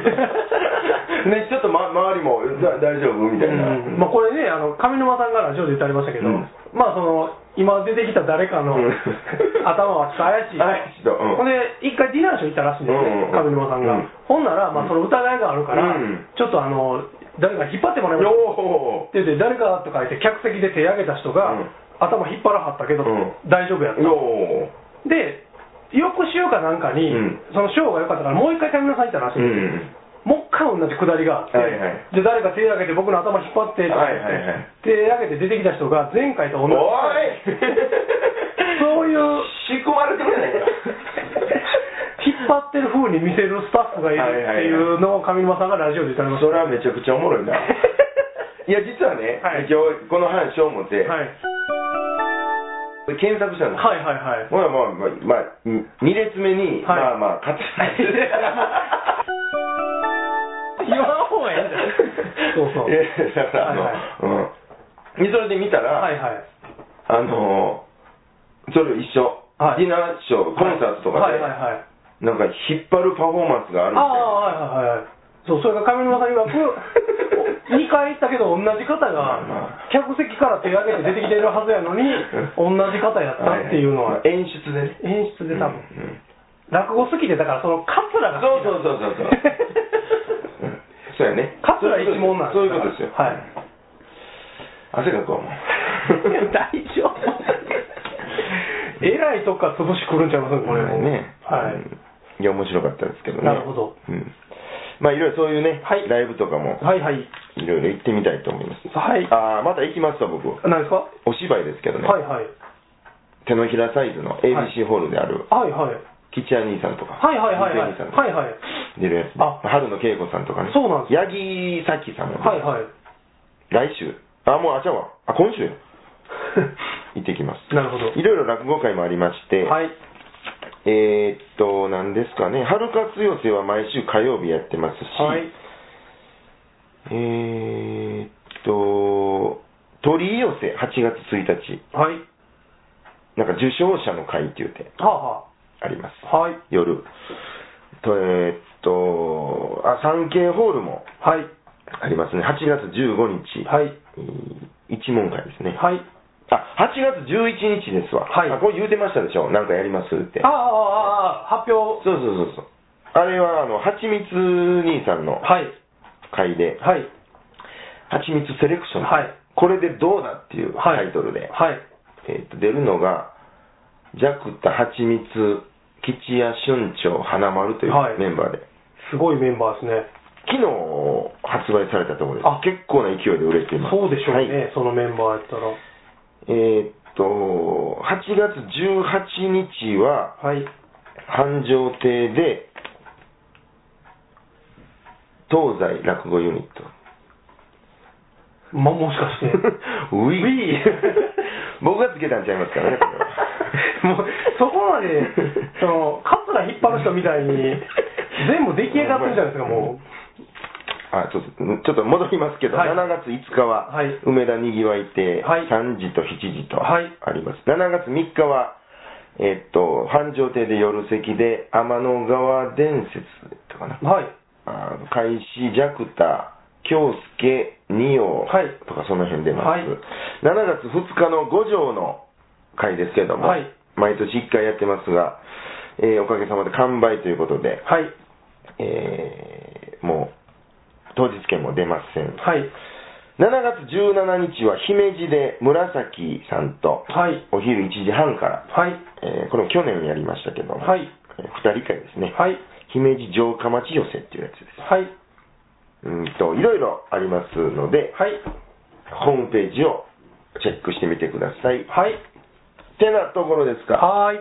[SPEAKER 1] ね、ちょっと、ま、周りもだ大丈夫みたいな。
[SPEAKER 2] うんまあ、これね、あの上沼さんがラジオで言ってありましたけど、
[SPEAKER 1] うん
[SPEAKER 2] まあその今出てきた誰かの
[SPEAKER 1] うん
[SPEAKER 2] (laughs) 頭はちょっと怪しい、
[SPEAKER 1] 怪しいとうん
[SPEAKER 2] ほんで、一回ディナーショー行ったらしいんですね、
[SPEAKER 1] うんうんうん
[SPEAKER 2] 上沼さんが。
[SPEAKER 1] うん
[SPEAKER 2] ほんなら、まあ、その疑いがあるから、
[SPEAKER 1] うん
[SPEAKER 2] ちょっとあの誰か引っ張ってもらいましょう
[SPEAKER 1] よ
[SPEAKER 2] って言って、誰かと書いて、客席で手挙げた人が、
[SPEAKER 1] うん
[SPEAKER 2] 頭引っ張らはったけど、
[SPEAKER 1] うん
[SPEAKER 2] 大丈夫やった
[SPEAKER 1] ー。よ
[SPEAKER 2] で、翌週かなんかに、
[SPEAKER 1] うん
[SPEAKER 2] そのショーが良かったから、もう一回上沼さん行ったらし
[SPEAKER 1] ー。う
[SPEAKER 2] いんですよ
[SPEAKER 1] ん。
[SPEAKER 2] もう一回同じくだりがあって、
[SPEAKER 1] はいはい
[SPEAKER 2] じゃあ誰か手を挙げて僕の頭引っ張ってとか言って、
[SPEAKER 1] はいはいはい
[SPEAKER 2] 手を挙げて出てきた人が前回と
[SPEAKER 1] お
[SPEAKER 2] 同
[SPEAKER 1] い
[SPEAKER 2] じそういう
[SPEAKER 1] 仕込まれてるやないか。
[SPEAKER 2] (laughs) 引っ張ってる風に見せるスタッフがいるっていうのを上沼さんがラジオで言ってありまし
[SPEAKER 1] そ
[SPEAKER 2] た
[SPEAKER 1] れはめちゃくちゃおもろい
[SPEAKER 2] (laughs)
[SPEAKER 1] な。いや、実はね、
[SPEAKER 2] はい
[SPEAKER 1] 今日、この話を持って、
[SPEAKER 2] はい、
[SPEAKER 1] 検索したんですよ。
[SPEAKER 2] はいはいはい
[SPEAKER 1] まあまあまあ、まあ、2列目に、
[SPEAKER 2] はい
[SPEAKER 1] まあまあ、勝てない。
[SPEAKER 2] 言わん方がいいんじゃ
[SPEAKER 1] (laughs)
[SPEAKER 2] ない (laughs) そうそう
[SPEAKER 1] いやだから、あの、
[SPEAKER 2] はい
[SPEAKER 1] うんで。それで見たら、
[SPEAKER 2] はいはい
[SPEAKER 1] あのーそれ一緒、
[SPEAKER 2] はい
[SPEAKER 1] ディナーショー、コンサートとか
[SPEAKER 2] はい
[SPEAKER 1] で、
[SPEAKER 2] はいはい
[SPEAKER 1] なんか引っ張るパフォーマンスがある
[SPEAKER 2] あ
[SPEAKER 1] み
[SPEAKER 2] あはいはいはいそうそれが上沼さん
[SPEAKER 1] (laughs)
[SPEAKER 2] 曰く2回行ったけど同じ方が客席から手を挙げて出てきてるはずやのに同じ方やった
[SPEAKER 1] たいな。
[SPEAKER 2] っていうのは
[SPEAKER 1] は演出でね。
[SPEAKER 2] 演出で多分、
[SPEAKER 1] うんうん
[SPEAKER 2] 落語好きでだからそのカツラが
[SPEAKER 1] そう
[SPEAKER 2] 好き
[SPEAKER 1] そうそうそうそう。うんそうやね。
[SPEAKER 2] (laughs) カツラ一門なんです
[SPEAKER 1] そういうことですよ。
[SPEAKER 2] はい
[SPEAKER 1] 汗かくわ、もう。
[SPEAKER 2] 大
[SPEAKER 1] (laughs)
[SPEAKER 2] 丈夫えらいとこから潰しくるんちゃいます (laughs) これも
[SPEAKER 1] (laughs) ね。
[SPEAKER 2] はい、
[SPEAKER 1] い。いや、面白かったですけどね。
[SPEAKER 2] なるほど
[SPEAKER 1] うん。まあ、いろいろそういうね、
[SPEAKER 2] はい
[SPEAKER 1] ライブとかも、
[SPEAKER 2] はいはい
[SPEAKER 1] いろいろ行ってみたいと思います。
[SPEAKER 2] はい
[SPEAKER 1] ああ、また行きますわ、僕。
[SPEAKER 2] 何ですか、
[SPEAKER 1] お芝居ですけどね。
[SPEAKER 2] はいはい
[SPEAKER 1] 手のひらサイズの ABC ホールである、
[SPEAKER 2] はいはい
[SPEAKER 1] 吉谷兄さんとか、
[SPEAKER 2] はいはいはいはい
[SPEAKER 1] 水谷兄さんとか
[SPEAKER 2] はいはい
[SPEAKER 1] 出るやつね、
[SPEAKER 2] あ
[SPEAKER 1] 春野恵子さんとかね、
[SPEAKER 2] そうなんです
[SPEAKER 1] 八木咲さんも、
[SPEAKER 2] はい
[SPEAKER 1] (laughs)
[SPEAKER 2] はい
[SPEAKER 1] 来週、あ、もう、あ、じゃあわ、あ、今週よ、行ってきます。
[SPEAKER 2] なるほど
[SPEAKER 1] いろいろ落語会もありまして、
[SPEAKER 2] はい
[SPEAKER 1] えー、っと、なんですかね、春活寄せは毎週火曜日やってますし、
[SPEAKER 2] はい
[SPEAKER 1] えー、っと、鳥居寄せ、8月1日、
[SPEAKER 2] はい
[SPEAKER 1] なんか受賞者の会って言って
[SPEAKER 2] はあは
[SPEAKER 1] あります。
[SPEAKER 2] あはい
[SPEAKER 1] 夜。と、えーっと、あ、産経ホールも
[SPEAKER 2] はい
[SPEAKER 1] ありますね。8月15日。
[SPEAKER 2] はい
[SPEAKER 1] えー一問会ですね。
[SPEAKER 2] はい
[SPEAKER 1] あ、8月11日ですわ。
[SPEAKER 2] はい
[SPEAKER 1] あ、これ言うてましたでしょ。なんかやりますって。
[SPEAKER 2] ああああああ発表
[SPEAKER 1] そうそうそうそう。あれは、あの、はちみつ兄さんの
[SPEAKER 2] はい
[SPEAKER 1] 会で、
[SPEAKER 2] はい
[SPEAKER 1] はちみつセレクション。
[SPEAKER 2] はい
[SPEAKER 1] これでどうだっていう
[SPEAKER 2] はい
[SPEAKER 1] タイトルで、
[SPEAKER 2] はい
[SPEAKER 1] えーっと、出るのが、ジャクタはちみつ、吉谷春長花丸とい
[SPEAKER 2] はいう
[SPEAKER 1] メンバーで。
[SPEAKER 2] すごいメンバーですね
[SPEAKER 1] 昨日発売されたところです
[SPEAKER 2] あ。
[SPEAKER 1] 結構な勢いで売れています。
[SPEAKER 2] そうでしょう
[SPEAKER 1] はい
[SPEAKER 2] ね、そのメンバーやったら
[SPEAKER 1] えーっと、8月18日は、
[SPEAKER 2] はい
[SPEAKER 1] 繁盛亭で、東西落語ユニッ
[SPEAKER 2] (laughs)
[SPEAKER 1] ト。
[SPEAKER 2] ま、もしかして。
[SPEAKER 1] (laughs) ウィー。
[SPEAKER 2] (laughs)
[SPEAKER 1] 僕がつけたんちゃいますからね。
[SPEAKER 2] もう、そこまで、
[SPEAKER 1] (laughs)
[SPEAKER 2] その、カツラ引っ張る人みたいに、全部出来上がってるじゃないですか、も
[SPEAKER 1] あ、ちょっと、ちょっと戻りますけど、
[SPEAKER 2] はい
[SPEAKER 1] 7月5日は、
[SPEAKER 2] はい
[SPEAKER 1] 梅田にぎわい亭、
[SPEAKER 2] はい
[SPEAKER 1] 3時と7時と
[SPEAKER 2] は
[SPEAKER 1] あ
[SPEAKER 2] い
[SPEAKER 1] ります。7月3日は、えっと、繁盛亭で夜席で、天の川伝説とかな
[SPEAKER 2] う。。はい。
[SPEAKER 1] あの開始、ジャクタ、京介、二葉
[SPEAKER 2] はい
[SPEAKER 1] とかその辺出ます。
[SPEAKER 2] はい
[SPEAKER 1] 7月2日の五条の会ですけども、
[SPEAKER 2] はい
[SPEAKER 1] 毎年1回やってますが、えーおかげさまで完売ということで、
[SPEAKER 2] はい。
[SPEAKER 1] えーもう当日券も出ません。
[SPEAKER 2] はい。
[SPEAKER 1] 7月17日は姫路で紫さんと
[SPEAKER 2] はい。
[SPEAKER 1] お昼1時半から、
[SPEAKER 2] はい。
[SPEAKER 1] えーこれも去年やりましたけども、
[SPEAKER 2] はい。
[SPEAKER 1] えー二人会ですね、
[SPEAKER 2] はい。
[SPEAKER 1] 姫路城下町寄せっていうやつで
[SPEAKER 2] はい。
[SPEAKER 1] すうーんといろいろありますので
[SPEAKER 2] はい。
[SPEAKER 1] ホームページをチェックしてみてください
[SPEAKER 2] はい。
[SPEAKER 1] てなところですか
[SPEAKER 2] はーい。